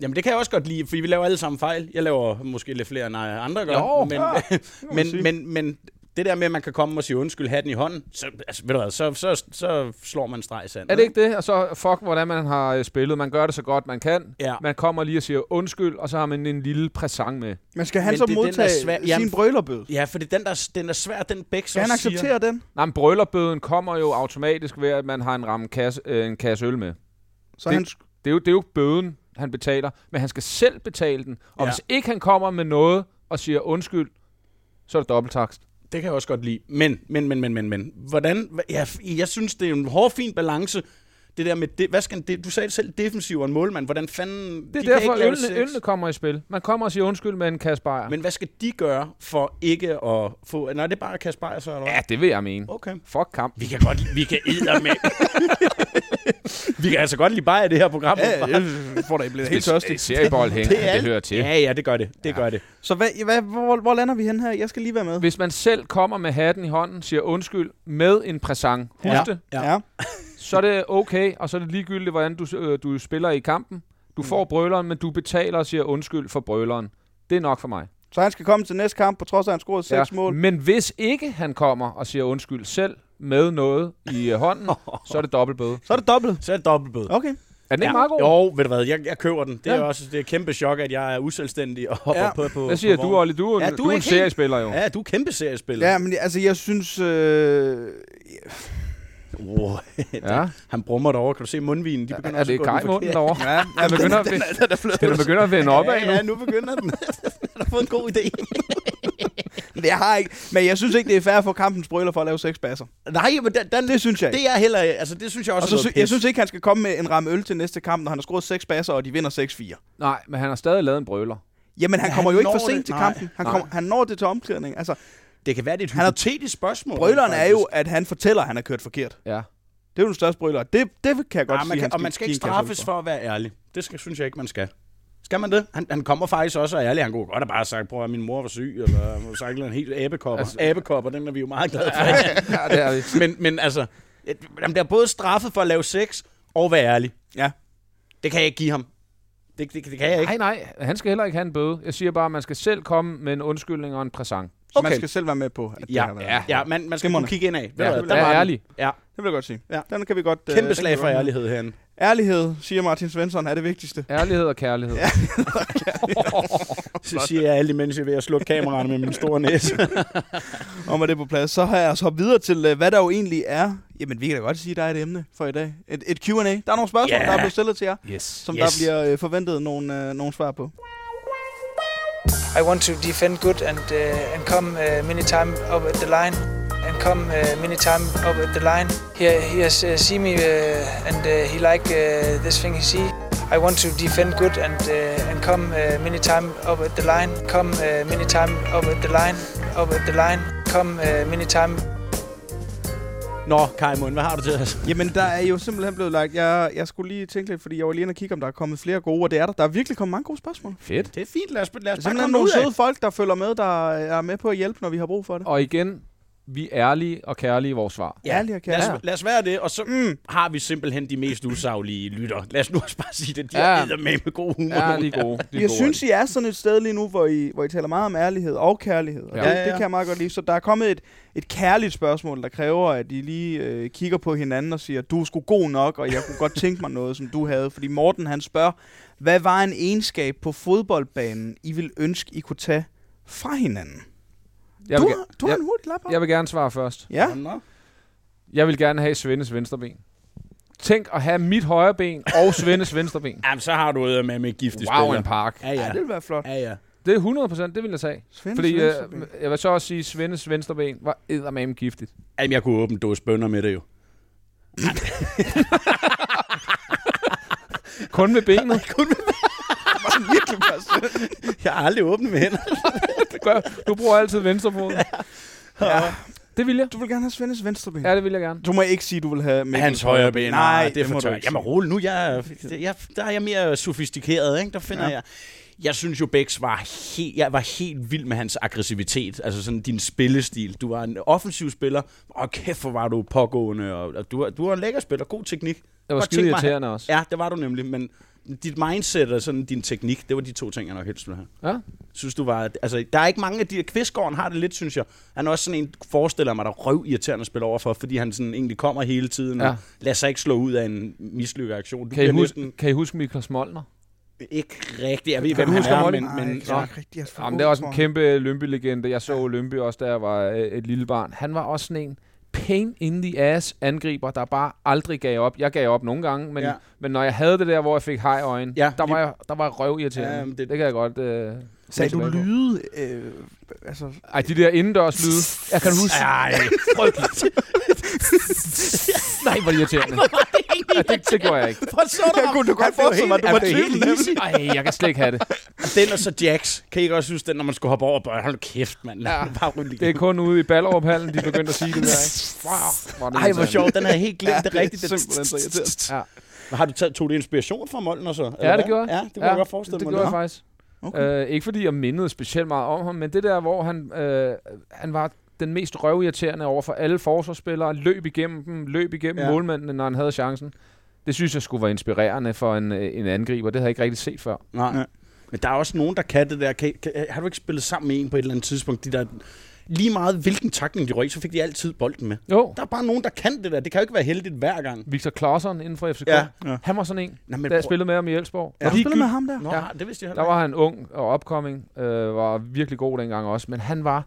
Speaker 3: Jamen, det kan jeg også godt lide, fordi vi laver alle sammen fejl. Jeg laver måske lidt flere, end andre gør.
Speaker 1: Jo,
Speaker 3: men, men, men, men det der med, at man kan komme og sige undskyld, have den i hånden, så, altså, ved du hvad, så, så, så slår man en streg i sandet.
Speaker 1: Er det ikke det? Og så fuck, hvordan man har øh, spillet. Man gør det så godt, man kan.
Speaker 3: Ja.
Speaker 1: Man kommer lige og siger undskyld, og så har man en lille præsang med.
Speaker 4: Men skal han
Speaker 3: Men
Speaker 4: men så
Speaker 3: det er den, der er
Speaker 4: modtage
Speaker 3: svær-
Speaker 4: sin
Speaker 3: Jamen-
Speaker 4: brølerbøde?
Speaker 3: Ja, for det er den, der, den er svær, den bæk, så
Speaker 4: Skal han
Speaker 3: siger...
Speaker 4: acceptere den?
Speaker 1: Nej, men brøllerbøden kommer jo automatisk ved, at man har en ramme kasse, øh, en kasse øl med.
Speaker 4: Så
Speaker 1: Det-
Speaker 4: han
Speaker 1: Det er, jo, det er jo bøden, han betaler, men han skal selv betale den. Og
Speaker 3: Ja.
Speaker 1: ja. hvis ikke han kommer med noget og siger undskyld, så er det dobbelttakst.
Speaker 3: Det kan jeg også godt lide. Men, men, men, men, men, men. Hvordan? hva- Ja, f- jeg synes, det er en hård, fin balance. Det der med, det, hvad skal en de, du sagde det selv, defensiv og en målmand. Hvordan fanden...
Speaker 1: Det er
Speaker 3: de kan
Speaker 1: derfor,
Speaker 3: ikke lave
Speaker 1: ølene,
Speaker 3: seks.
Speaker 1: ølene kommer i spil. Man kommer og siger undskyld med en kasse bajer.
Speaker 3: Men hvad skal de gøre for ikke at få... Nej, det er bare Kasper Ejer, så eller hvad?
Speaker 1: Ja, det vil jeg mene.
Speaker 3: Okay.
Speaker 1: Fuck kamp.
Speaker 3: Vi kan godt lide- vi kan æder med. vi kan altså godt lide bare i det her program. Ja, det,
Speaker 4: får da blevet
Speaker 1: Det er et seriebold hænger, det, det hører til.
Speaker 3: Ja, ja, det gør det. Det ja. gør det.
Speaker 4: Så hvad, hvad, hvor, hvor lander vi hen her? Jeg skal lige være med.
Speaker 1: Hvis man selv kommer med hatten i hånden, siger undskyld med en præsang, husk ja. det,
Speaker 3: Ja.
Speaker 4: ja.
Speaker 1: så er det okay, og så er det ligegyldigt, hvordan du, øh, du spiller i kampen. Du får
Speaker 3: Mm.
Speaker 1: brøleren, men du betaler og siger undskyld for brøleren. Det er nok for mig.
Speaker 4: Så han skal komme til næste kamp, på trods af, at han scorede seks mål.
Speaker 1: Men hvis ikke han kommer og siger undskyld selv med noget i øh, hånden, så er det dobbeltbøde.
Speaker 4: Så er det dobbelt.
Speaker 3: Så er det dobbeltbøde.
Speaker 4: Okay.
Speaker 1: Er den ikke meget god?
Speaker 3: Jo, ved du hvad, jeg, jeg køber den. Det er
Speaker 1: Ja.
Speaker 3: også det er et kæmpe chok, at jeg er uselvstændig og hopper
Speaker 4: Ja.
Speaker 3: på, på
Speaker 1: Hvad siger
Speaker 3: på
Speaker 1: du,
Speaker 3: vognen.
Speaker 1: Olli? Du, er en-
Speaker 3: Ja, du
Speaker 1: du,
Speaker 3: er
Speaker 1: er en
Speaker 3: ikke helt-
Speaker 1: seriespiller jo.
Speaker 3: Ja, du er kæmpe seriespiller.
Speaker 4: Ja, men altså, jeg synes... Øh,
Speaker 3: Wow.
Speaker 1: Ja.
Speaker 3: Han brummer derovre. Kan du se mundvinen? De begynder
Speaker 1: Er det
Speaker 3: også at
Speaker 1: Kaj
Speaker 3: gå den
Speaker 1: Munden
Speaker 3: forkerte-
Speaker 1: derovre?
Speaker 4: ja,
Speaker 1: Den begynder at vende, den begynder at vende opad
Speaker 3: Ja, ja,
Speaker 1: nu.
Speaker 3: nu begynder den. Han har fået en god idé.
Speaker 4: men jeg har ikke... Men jeg synes ikke, det er fair for kampens brøler for at lave seks basser.
Speaker 3: Nej, men den, den,
Speaker 4: Det synes jeg ikke.
Speaker 3: det er heller... Altså, det synes jeg også
Speaker 4: Og så
Speaker 3: er
Speaker 4: sy-
Speaker 3: noget
Speaker 4: jeg
Speaker 3: pis.
Speaker 4: synes ikke, han skal komme med en ramme øl til næste kamp, når han har scoret seks basser, og de vinder 6-4.
Speaker 1: Nej, men han har stadig lavet en brøler.
Speaker 4: Jamen, han
Speaker 3: Ja,
Speaker 4: kommer
Speaker 3: han
Speaker 4: jo ikke
Speaker 3: når
Speaker 4: for sent
Speaker 3: det.
Speaker 4: til
Speaker 3: Nej.
Speaker 4: kampen. Han,
Speaker 1: Nej.
Speaker 4: kommer, han når det til omklædning. Altså,
Speaker 3: Det kan være, det er et
Speaker 4: Han har-
Speaker 3: hypotetisk spørgsmål.
Speaker 4: brøleren er
Speaker 3: faktisk.
Speaker 4: jo, at han fortæller, at han har kørt forkert.
Speaker 1: Ja.
Speaker 4: Det er jo den største brøler. Det, det kan jeg godt
Speaker 3: Nej,
Speaker 4: sige,
Speaker 3: Ah, man
Speaker 4: han
Speaker 3: kan, og man skal
Speaker 4: give
Speaker 3: ikke
Speaker 4: en kasse
Speaker 3: straffes
Speaker 4: for.
Speaker 3: for at være ærlig. Det skal, synes jeg ikke, man skal. Skal man det? Han, han kommer faktisk også og er ærlig. Han kunne godt have bare sagt, prøv at min mor var syg, eller han kunne have sagt en helt æbekopper. Altså, æbekopper, den er vi jo meget glade for.
Speaker 1: Ja, det er vi.
Speaker 3: men, men altså, et- han bliver både straffet for at lave sex og være ærlig.
Speaker 4: Ja.
Speaker 3: Det kan jeg ikke give ham. Det, det, det kan jeg ikke.
Speaker 1: Nej, nej, han skal heller ikke have en bøde. Jeg siger bare, at man skal selv komme med en undskyldning og en præsent.
Speaker 4: Så
Speaker 3: Okay.
Speaker 4: Man skal selv være med på, at det har
Speaker 3: Ja,
Speaker 4: været.
Speaker 3: ja, ja man, man skal
Speaker 4: Glimrende.
Speaker 3: kunne kigge indad.
Speaker 1: Ja,
Speaker 3: Ved du hvad,
Speaker 1: det
Speaker 3: der
Speaker 1: er
Speaker 3: var den.
Speaker 1: ærlig.
Speaker 3: Ja,
Speaker 4: Det vil jeg godt sige.
Speaker 3: Ja.
Speaker 4: Den kan vi godt... øh,
Speaker 3: kæmpe
Speaker 4: den kan
Speaker 3: slag
Speaker 4: vi
Speaker 3: for
Speaker 4: godt-
Speaker 3: ærlighed herinde.
Speaker 4: Ærlighed, siger Martin Svensson, er det vigtigste.
Speaker 1: Ærlighed og kærlighed. Ja.
Speaker 3: Så siger jeg alle de mennesker ved at slukke kameraerne med min store næse.
Speaker 4: Om at det er på plads. Så har jeg så videre til, øh, hvad der jo egentlig er. Jamen, vi kan da godt sige, der er et emne for i dag. Et, et Q&A. Der er nogle spørgsmål,
Speaker 3: Ja.
Speaker 4: der er blevet stillet til jer,
Speaker 1: Yes.
Speaker 4: som
Speaker 3: Yes.
Speaker 4: der bliver øh, forventet nogle, øh, nogle svar på.
Speaker 8: I want to defend good and uh, and come uh, many time up at the line and come uh, many time up at the line. He he has uh, seen me uh, and uh, he like uh, this thing he see. I want to defend good and uh, and come uh, many time up at the line. Come uh, many time up at the line. Up at the line. Come uh, many time.
Speaker 3: Nå, Kajmund, hvad har du til os?
Speaker 4: Jamen, der er jo simpelthen blevet lagt... Jeg, jeg skulle lige tænke lidt, fordi jeg var lige inde og kigge, om der er kommet flere gode, og det er der. Der er virkelig kommet mange gode spørgsmål. Der
Speaker 1: Fedt.
Speaker 3: Det er fint, lad os, lad
Speaker 4: Altså, er
Speaker 3: os bare
Speaker 4: simpelthen
Speaker 3: komme
Speaker 4: nogle
Speaker 3: ud af.
Speaker 4: søde folk, der følger med, der er med på at hjælpe, når vi har brug for det.
Speaker 1: Og igen, vi er ærlige og kærlige i vores svar.
Speaker 4: Ja, ærlig og
Speaker 3: Lad
Speaker 4: kærlig.
Speaker 3: os, lad os være det, og så mm, har vi simpelthen de mest usaglige lytter. Lad os nu også bare sige det. De
Speaker 1: Ja.
Speaker 3: ja. er med med god humor.
Speaker 1: Ja, de er gode. De er
Speaker 4: Jeg
Speaker 1: gode.
Speaker 4: synes, I er sådan et sted lige nu, hvor I, hvor I taler meget om ærlighed og kærlighed. Og
Speaker 1: Ja.
Speaker 4: ja. det,
Speaker 3: Ja, ja,
Speaker 4: det
Speaker 3: ja.
Speaker 4: kan jeg meget godt lide. Så der er kommet et, et kærligt spørgsmål, der kræver, at I lige øh, kigger på hinanden og siger, du er sgu god nok, og jeg kunne godt tænke mig noget, som du havde. Fordi Morten han spørger, hvad var en egenskab på fodboldbanen, I ville ønske, I kunne tage fra hinanden?
Speaker 1: jeg
Speaker 4: du
Speaker 1: vil,
Speaker 4: har, du har
Speaker 1: jeg,
Speaker 4: en hurtig lap op.
Speaker 1: jeg vil gerne svare først.
Speaker 4: Ja,
Speaker 3: Nå.
Speaker 1: Jeg vil gerne have Svendes venstre ben. Tænk at have mit højre ben og Svendes venstre ben.
Speaker 3: Jamen, så har du med med giftig
Speaker 1: Wow, en
Speaker 3: spiller.
Speaker 1: park.
Speaker 3: Ja,
Speaker 4: ja.
Speaker 3: ja.
Speaker 4: det ville være flot.
Speaker 3: Ja, ja.
Speaker 1: Det er 100%, det vil jeg sige.
Speaker 4: Svend
Speaker 1: Fordi
Speaker 4: Svendsen.
Speaker 1: øh, jeg vil så også sige, at Svendes venstre ben var eddermame giftigt.
Speaker 3: Jamen, jeg kunne åbne en dåse bønder med det jo.
Speaker 1: Kun med benet.
Speaker 4: virkelig bare
Speaker 3: Jeg har aldrig åbnet med hænder.
Speaker 1: Det gør, du bruger altid venstre fod.
Speaker 4: ja.
Speaker 1: Det vil jeg.
Speaker 4: Du vil gerne have Svendes venstre ben.
Speaker 1: Ja, det vil jeg gerne.
Speaker 4: Du må ikke sige, du vil have Mikkels
Speaker 3: Hans højre ben.
Speaker 4: Nej,
Speaker 3: det er for
Speaker 4: må du
Speaker 3: tørt.
Speaker 4: ikke
Speaker 3: Jamen,
Speaker 4: sige.
Speaker 3: rolig nu. Jeg, jeg, jeg, der er jeg mere sofistikeret, ikke? Der finder ja. jeg... Jeg synes jo, Bex var helt, jeg var helt vild med hans aggressivitet. Altså sådan din spillestil. Du var en offensiv spiller. Og kæft, hvor var du pågående. Og, og du, var- du var en lækker spiller. God teknik.
Speaker 1: Det var
Speaker 3: Godt tænkt
Speaker 1: skide
Speaker 3: mig at have-
Speaker 1: irriterende også.
Speaker 3: Ja, det var du nemlig, men dit mindset og sådan din teknik, det var de to ting, jeg nok helst ville have.
Speaker 1: Ja.
Speaker 3: Synes du var... Altså, der er ikke mange af de... Kvistgården har det lidt, synes jeg. Han er også sådan en, forestiller mig, der er røv irriterende at spille over for, fordi han sådan egentlig kommer hele tiden ja.
Speaker 1: Ja.
Speaker 3: og lader sig ikke slå ud af en mislykket aktion. Du
Speaker 1: Kan I,
Speaker 3: bliver
Speaker 1: huske,
Speaker 3: næsten
Speaker 1: kan I huske Michael Smolner?
Speaker 3: ikke rigtig... Jeg ved,
Speaker 1: Kan
Speaker 3: hvem
Speaker 1: du
Speaker 3: han
Speaker 1: huske
Speaker 3: er,
Speaker 1: ham,
Speaker 3: men...
Speaker 4: Nej,
Speaker 3: men
Speaker 4: det
Speaker 1: Nå.
Speaker 4: er Altså, rigtig, jeg
Speaker 1: Jamen, det er også en kæmpe Lømby-legende. Jeg så Lømby også, da jeg var øh, et lille barn. Han var også sådan en pain in the ass angriber, der bare aldrig gav op. Jeg gav op nogle gange, men,
Speaker 3: Ja.
Speaker 1: ja. men når jeg havde det der, hvor jeg fik hej øjne,
Speaker 3: Ja,
Speaker 1: ja, der,
Speaker 3: lige-
Speaker 1: var jeg, der var jeg røv
Speaker 3: Ja,
Speaker 1: ja,
Speaker 3: men
Speaker 1: det,
Speaker 3: det-
Speaker 1: det kan jeg godt... Øh,
Speaker 4: Sagde du
Speaker 1: tilbage på.
Speaker 4: lyde? Øh, altså,
Speaker 1: Ej, de der indendørs lyde. Jeg kan huske...
Speaker 3: Ej,
Speaker 1: Frygteligt. Nej, hvor irriterende. Ja, det, det gjorde jeg ikke.
Speaker 3: for så der,
Speaker 4: kunne du godt forestille mig, at du var typen, nemlig.
Speaker 1: Ej, jeg kan slet ikke have det.
Speaker 3: Den og så Jax. Kan I ikke også huske den, når man skulle hoppe over? Bare, Hold kæft, mand. Lad
Speaker 1: Ja.
Speaker 3: mig bare ryge lige
Speaker 1: Det er kun ude i Ballerup-hallen, de begyndte at sige det der, ikke? Wow, var det
Speaker 3: Ej, hvor
Speaker 1: irriterende.
Speaker 3: sjovt. Den havde jeg helt glemt.
Speaker 4: Ja,
Speaker 3: Ja, det
Speaker 4: det
Speaker 3: er
Speaker 4: er
Speaker 3: rigtigt. Det-
Speaker 4: simpelthen så irriterende.
Speaker 1: Ja.
Speaker 3: Har du taget, tog du inspiration fra Molden og så? eller
Speaker 1: Ja,
Speaker 3: hvad?
Speaker 1: det gjorde jeg.
Speaker 3: Ja, det kunne ja, jeg godt forestille
Speaker 1: det
Speaker 3: mig.
Speaker 1: Det gjorde jeg
Speaker 3: Nå.
Speaker 1: faktisk.
Speaker 4: Okay.
Speaker 1: Okay. Øh, ikke fordi jeg mindede specielt meget om ham, men det der, hvor han, øh, han var den mest røvirriterende over for alle forsvarsspillere, løb igennem dem, løb igennem
Speaker 3: Ja.
Speaker 1: ja. målmændene, når han havde chancen. Det synes jeg skulle være inspirerende for en, øh, en angriber. Det havde jeg ikke rigtig set før.
Speaker 3: Nej. Men der er også nogen, der kan det der. Kan, kan, har du ikke spillet sammen med en på et eller andet tidspunkt? De der, lige meget hvilken takning de røg, så fik de altid bolden med.
Speaker 1: Jo,
Speaker 3: Der er bare nogen, der kan det der. Det kan jo ikke være heldigt hver gang.
Speaker 1: Victor Claesson inden for FCK.
Speaker 3: Ja.
Speaker 1: Ja.
Speaker 4: Ja.
Speaker 1: Han var sådan en,
Speaker 3: Nå, men
Speaker 1: da jeg
Speaker 3: prøv-
Speaker 1: spillede med ham i Elsborg.
Speaker 3: Ja.
Speaker 1: Når de
Speaker 4: spiller
Speaker 1: gik-
Speaker 4: med ham der.
Speaker 3: Nå,
Speaker 1: Ja.
Speaker 3: det vidste jeg
Speaker 1: Der var han ung og opkoming, øh, var virkelig god dengang også, men han var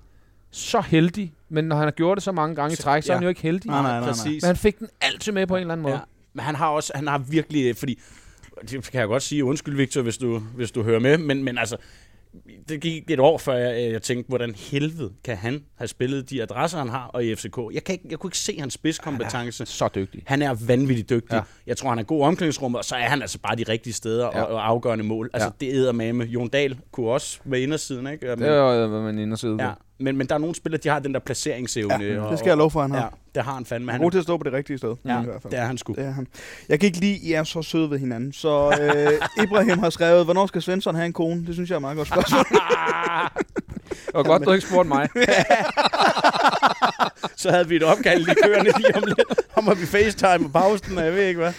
Speaker 1: så heldig. Men når han har gjort det så mange gange i træk, så er
Speaker 3: Ja.
Speaker 1: han jo ikke heldig.
Speaker 4: Nej, nej, nej, nej.
Speaker 3: Præcis.
Speaker 1: Men han fik den altid med på en eller anden måde.
Speaker 3: Ja. Men han har også, han har virkelig, fordi, det kan jeg godt sige, undskyld Victor, hvis du, hvis du hører med, men, men altså, det gik et år, før jeg, jeg tænkte, hvordan helvede kan han have spillet de adresser, han har, og i FCK. Jeg, kan ikke, jeg kunne ikke se hans spidskompetence.
Speaker 1: Så dygtig.
Speaker 3: Han er vanvittigt dygtig. Ja.
Speaker 1: Ja.
Speaker 3: Jeg tror, han er god i omklædningsrummet, og så er han altså bare de rigtige steder ja.
Speaker 1: Ja.
Speaker 3: og, og afgørende mål. Altså, ja.
Speaker 1: Ja.
Speaker 3: det æder med med. Jon Dahl kunne også være indersiden, ikke? Men,
Speaker 1: Det var, øh, hvad man ender sidde
Speaker 3: ja.
Speaker 1: ja.
Speaker 3: Men, men der er nogle spillere, de har den der placeringsevne.
Speaker 4: Ja,
Speaker 3: og,
Speaker 4: det skal jeg love for, han har.
Speaker 3: Ja, det har han fandme. Han,
Speaker 4: God til at stå på det rigtige sted.
Speaker 3: ja,
Speaker 4: i hvert fald.
Speaker 3: det er han sgu.
Speaker 4: Det er han. Jeg kan ikke lide, I er så søde ved hinanden. Så øh, Ibrahim har skrevet, hvornår skal Svensson have en kone? Det synes jeg er et meget godt spørgsmål.
Speaker 1: Det var godt, du ikke spurgte mig.
Speaker 3: Så havde vi et opkald lige kørende lige om lidt. Om at vi facetime på pausen, og jeg ved ikke hvad.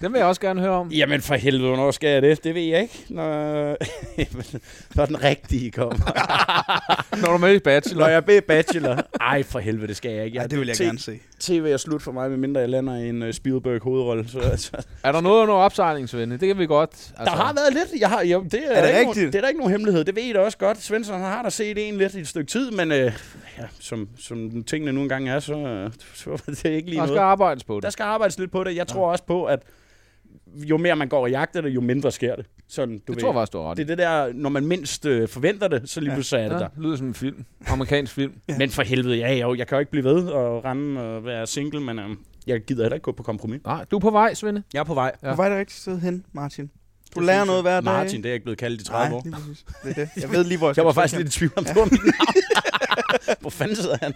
Speaker 1: Den vil jeg også gerne høre om.
Speaker 3: Jamen for helvede, hvornår skal jeg det? Det ved jeg ikke. Når, når den rigtige kommer.
Speaker 1: Når du er med i Bachelor.
Speaker 3: Når jeg bliver bachelor. Ej for helvede, det skal jeg ikke.
Speaker 4: Ja, det vil jeg
Speaker 3: T-
Speaker 4: gerne se.
Speaker 3: TV er slut for mig, medmindre jeg lander i en uh, Spielberg hovedrolle. Så, så.
Speaker 1: Er der noget under opsejling, Svende? Det kan vi godt. Altså,
Speaker 3: Der har været lidt. Jeg har, jo, det er,
Speaker 4: Er det
Speaker 3: der ikke nogen,
Speaker 4: rigtigt?
Speaker 3: det er der ikke nogen hemmelighed. Det ved I da også godt. Svensson har da set en lidt i et stykke tid, men øh, ja, som, som tingene nu engang er, så, øh, så er det ikke lige
Speaker 1: der
Speaker 3: noget.
Speaker 1: skal arbejdes på det.
Speaker 3: Der skal arbejdes lidt på det. Jeg tror også på, at jo mere man går og jagter det, jo mindre sker det. Sådan, du
Speaker 1: det
Speaker 3: ved.
Speaker 1: tror jeg faktisk, du har ret.
Speaker 3: Det er det der, når man mindst øh, forventer det, så lige pludselig er det der.
Speaker 1: ja, lyder som en film. Amerikansk film.
Speaker 3: Men for helvede, ja, jo, jeg kan jo ikke blive ved at rende og være single, men øh, jeg gider heller ikke gå på kompromis.
Speaker 1: Nej, du er på vej, Svende.
Speaker 3: Jeg er på vej.
Speaker 1: Ja.
Speaker 4: Ja. Hvor er det rigtige sted hen, Martin? Du
Speaker 3: Det
Speaker 4: lærer
Speaker 3: synes
Speaker 4: noget hver dag.
Speaker 3: Martin, det er jeg ikke blevet kaldt i 30
Speaker 4: Nej,
Speaker 3: år.
Speaker 4: lige præcis. Det er det. Jeg ved lige, hvor jeg skal
Speaker 3: Jeg var
Speaker 4: trykke
Speaker 3: faktisk
Speaker 4: hen.
Speaker 3: lidt i tvivl om, det var mit navn. Hvor fanden sidder han?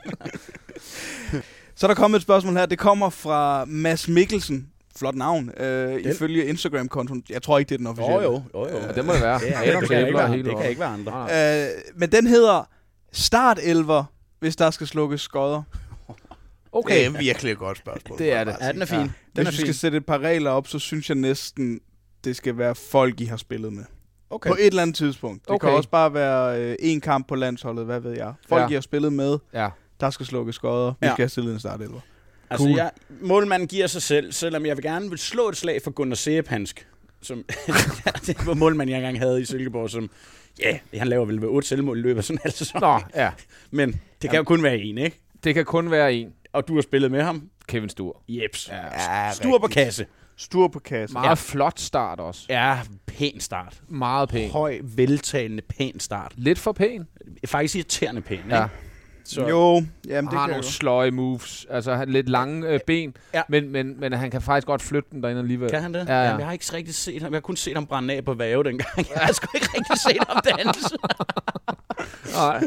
Speaker 4: Så er der kommet et spørgsmål her. Det kommer fra Mads Mikkelsen. Flot navn. Øh, ifølge Instagram-kontoen. Jeg tror ikke, det er den officielle.
Speaker 3: jo, jo.
Speaker 1: Ja, det må det være.
Speaker 3: Det, er,
Speaker 1: Adams
Speaker 3: det, kan ikke
Speaker 1: æbler
Speaker 3: være,
Speaker 1: hele
Speaker 3: det kan
Speaker 1: året.
Speaker 3: ikke være andre.
Speaker 1: Nej, nej.
Speaker 4: Øh, men den hedder Startelver, hvis der skal slukkes skodder.
Speaker 1: Okay,
Speaker 4: er virkelig et godt spørgsmål.
Speaker 1: det er det.
Speaker 3: Øh, Ja, den er fin. Den
Speaker 4: Hvis
Speaker 3: er
Speaker 4: vi skal
Speaker 3: fin.
Speaker 4: sætte et par regler op, så synes jeg næsten, det skal være folk, I har spillet med.
Speaker 3: Okay.
Speaker 4: Okay. På et eller andet tidspunkt. Det okay.
Speaker 1: Okay.
Speaker 4: kan også bare være øh, en kamp på landsholdet, hvad ved jeg. Folk,
Speaker 1: Ja.
Speaker 4: ja. I har spillet med,
Speaker 1: Ja.
Speaker 4: der skal slukkes skodder. Vi
Speaker 3: Ja.
Speaker 4: ja. skal have stillet en startelver.
Speaker 3: Altså,
Speaker 1: Cool.
Speaker 3: jeg, målmanden giver sig selv, selvom jeg vil gerne vil slå et slag for Gunnar Seepansk, som det var målmand, jeg engang havde i Silkeborg, som, ja, yeah, han laver vel ved otte selvmål i løbet af sådan en sæson.
Speaker 1: Nå, ja.
Speaker 3: Men det kan jo kun være en, ikke?
Speaker 1: Det kan kun være en.
Speaker 3: Og du har spillet med ham.
Speaker 1: Kevin Stur.
Speaker 3: Jeps. Ja,
Speaker 4: Ja,
Speaker 3: Stur på kasse.
Speaker 4: Stur på kassen.
Speaker 1: Meget ja. flot start også.
Speaker 3: Ja, pæn start.
Speaker 1: Meget pæn.
Speaker 3: Høj, veltalende, pæn start.
Speaker 1: Lidt for pæn.
Speaker 3: Faktisk irriterende pæn, ikke?
Speaker 1: Ja.
Speaker 3: Så,
Speaker 4: Jo, jamen det
Speaker 1: Han har
Speaker 4: kan jeg
Speaker 1: nogle
Speaker 4: godt.
Speaker 1: sløje moves. Altså han- lidt lange øh, ben.
Speaker 3: Ja.
Speaker 1: Men, men, men han kan faktisk godt flytte den derinde alligevel.
Speaker 3: Kan han det?
Speaker 1: Øh, Ja, ja.
Speaker 3: Jamen, jeg har ikke rigtig set ham. Jeg har kun set ham brænde af på væve dengang. Jeg har sgu ikke rigtig set ham danse.
Speaker 1: Nej.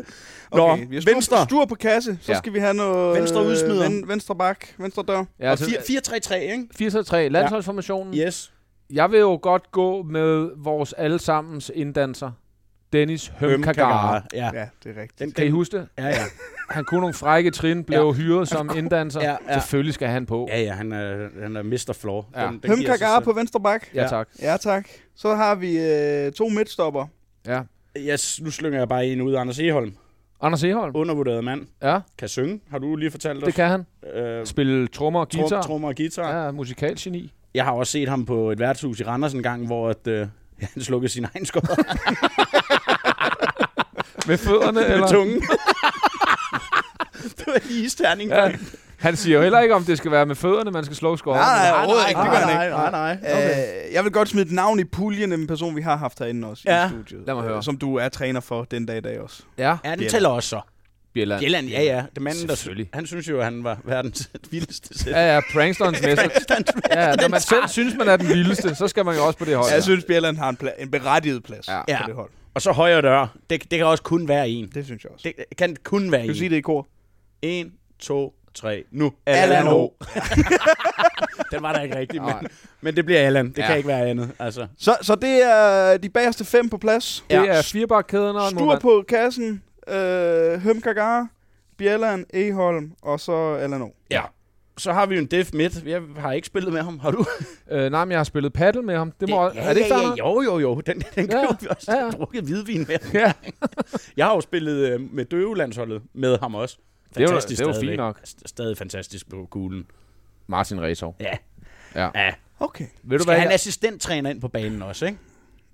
Speaker 3: Nå,
Speaker 4: Okay, vi har stur,
Speaker 3: venstre.
Speaker 4: Stur på kasse. Så
Speaker 1: Ja.
Speaker 4: ja. skal vi have noget...
Speaker 3: Venstre udsmider.
Speaker 4: ven- venstre bak. Venstre dør.
Speaker 1: Ja,
Speaker 3: Og
Speaker 1: altså,
Speaker 3: 4-3-3, ikke?
Speaker 1: 4-3. Landsholdsformationen.
Speaker 3: Yes.
Speaker 1: Jeg vil jo godt gå med vores allesammens inddanser. Dennis Høm Kagara.
Speaker 3: Kagara. Ja.
Speaker 4: Ja, det er rigtigt.
Speaker 3: Den,
Speaker 1: Kan I
Speaker 3: den-
Speaker 1: huske det?
Speaker 3: Ja, ja.
Speaker 1: Han kunne nogle frække trin, blev ja. hyret som inddanser.
Speaker 3: Ja,
Speaker 1: Ja,
Speaker 3: ja.
Speaker 1: ja. Selvfølgelig skal han på.
Speaker 3: Ja, ja, han er, han er Mr. Floor.
Speaker 1: Ja.
Speaker 3: Den, den
Speaker 4: Høm
Speaker 3: giver sig
Speaker 4: Kagara
Speaker 3: selv.
Speaker 4: på venstre bak.
Speaker 1: Ja, tak.
Speaker 4: Ja, tak. Så har vi øh, to midtstopper.
Speaker 1: Ja.
Speaker 3: Yes, nu slynger jeg bare en ud. Anders Eholm,
Speaker 1: Anders Eholm.
Speaker 3: undervurderet mand,
Speaker 1: Ja,
Speaker 3: kan synge, har du lige fortalt os.
Speaker 1: det kan han.
Speaker 3: Øh,
Speaker 1: Spille trommer og guitar.
Speaker 3: trum, trummer og guitar. Ja.
Speaker 1: Ja, musikalgeni.
Speaker 3: Jeg har også set ham på et værtshus i Randers en gang, hvor at, øh, han slukkede sin egen skod
Speaker 1: Med fødderne,
Speaker 3: med
Speaker 1: eller?
Speaker 3: tungen. det var en isterning.
Speaker 1: Ja. Han siger jo heller ikke, om det skal være med fødderne, man skal slå skåret.
Speaker 4: Nej, nej, overhovedet ikke. Det gør han
Speaker 3: nej, nej,
Speaker 4: ikke.
Speaker 3: nej.
Speaker 4: Okay. Øh, jeg vil godt smide et navn i puljen af en person, vi har haft herinde også
Speaker 3: Ja.
Speaker 4: i studiet.
Speaker 1: Lad mig
Speaker 4: øh,
Speaker 1: høre.
Speaker 4: Som du er træner for den dag i dag også.
Speaker 1: Ja,
Speaker 3: Ja, den
Speaker 4: Bjelland.
Speaker 3: tæller også så.
Speaker 1: Bjelland.
Speaker 3: Bjelland, ja, ja. Det manden, der,
Speaker 1: Selvfølgelig.
Speaker 3: han synes jo, at han var verdens vildeste selv.
Speaker 1: Ja, ja, pranksterens mester. Ja, når man selv synes, man er den vildeste, så skal man jo også på det hold.
Speaker 4: Jeg synes, Bjelland har en, pla- en berettiget plads
Speaker 1: Ja.
Speaker 4: ja.
Speaker 3: Ja.
Speaker 4: på det hold.
Speaker 3: Og så højre dør. Det, det kan også kun være en.
Speaker 4: Det synes jeg også. Det,
Speaker 3: Det kan kun være
Speaker 4: kan du sige
Speaker 3: en.
Speaker 4: det i kor?
Speaker 3: 1, 2, 3, nu.
Speaker 4: Allan O.
Speaker 3: Den var der ikke rigtig,
Speaker 1: Nej.
Speaker 3: men, men det bliver Allan. Det ja. kan ikke være andet. Altså.
Speaker 4: Så, så det er de bagerste fem på plads.
Speaker 1: Det er firebakkæden og en
Speaker 4: Stur
Speaker 1: målmand.
Speaker 4: på kassen, øh, Høm Kagara, Bjelland, Eholm og så Allan O.
Speaker 3: Ja. Så har vi jo en def midt. Jeg har ikke spillet med ham. Har du?
Speaker 1: Øh, nej, men jeg har spillet paddle med ham. Det må, er det ikke
Speaker 3: ja,
Speaker 1: fair
Speaker 3: ja,
Speaker 1: nok?
Speaker 3: Jo, jo, jo. Den, den kan
Speaker 1: Ja,
Speaker 3: jo vi også
Speaker 1: ja, ja.
Speaker 3: drukket hvidvin med.
Speaker 1: Ja.
Speaker 3: Jeg har jo spillet øh, med døvelandsholdet med ham også.
Speaker 1: er jo-
Speaker 3: Fantastisk
Speaker 1: det er jo
Speaker 3: stadigvæk.
Speaker 1: fint nok.
Speaker 3: St- Stadig fantastisk på kuglen.
Speaker 1: Martin Rezov.
Speaker 3: Ja.
Speaker 1: Ja.
Speaker 3: ja.
Speaker 4: Okay.
Speaker 1: Ved du
Speaker 3: Skal
Speaker 1: hvad?
Speaker 3: han
Speaker 1: Jeg,
Speaker 3: assistenttræner ind på banen også, ikke?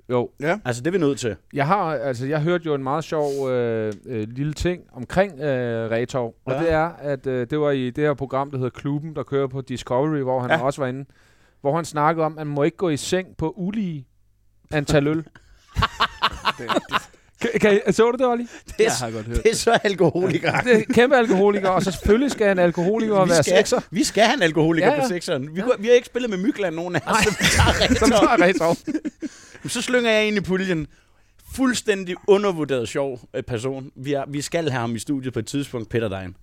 Speaker 1: jo,
Speaker 3: Altså, det er vi nødt til.
Speaker 1: Jeg har, altså, jeg hørte jo en meget sjov øh, øh, lille ting omkring øh, Retov, og
Speaker 3: Ja.
Speaker 1: det er, at øh, det var i det her program, der hedder Klubben, der kører på Discovery, hvor han ja. også var inde, hvor han snakkede om, at man må ikke gå i seng på ulige antal øl. kan, kan, I- så du det, Olli?
Speaker 3: Det er,
Speaker 4: godt
Speaker 3: det er så alkoholiker.
Speaker 1: Det er kæmpe alkoholiker, og så selvfølgelig skal en alkoholiker
Speaker 3: vi
Speaker 1: være
Speaker 3: skal,
Speaker 1: sekser.
Speaker 3: Vi skal have en alkoholiker
Speaker 1: Ja,
Speaker 3: ja, ja.
Speaker 1: ja.
Speaker 3: på sekseren. Vi, ja. vi har ikke spillet med Mykland nogen af os, så vi tager
Speaker 1: Som
Speaker 3: rigtig
Speaker 1: tager Retov.
Speaker 3: op. Så slynger jeg ind i puljen. fuldstændig undervurderet sjov øh, person. Vi, er, vi skal have ham i studiet på et tidspunkt, Peter Dein.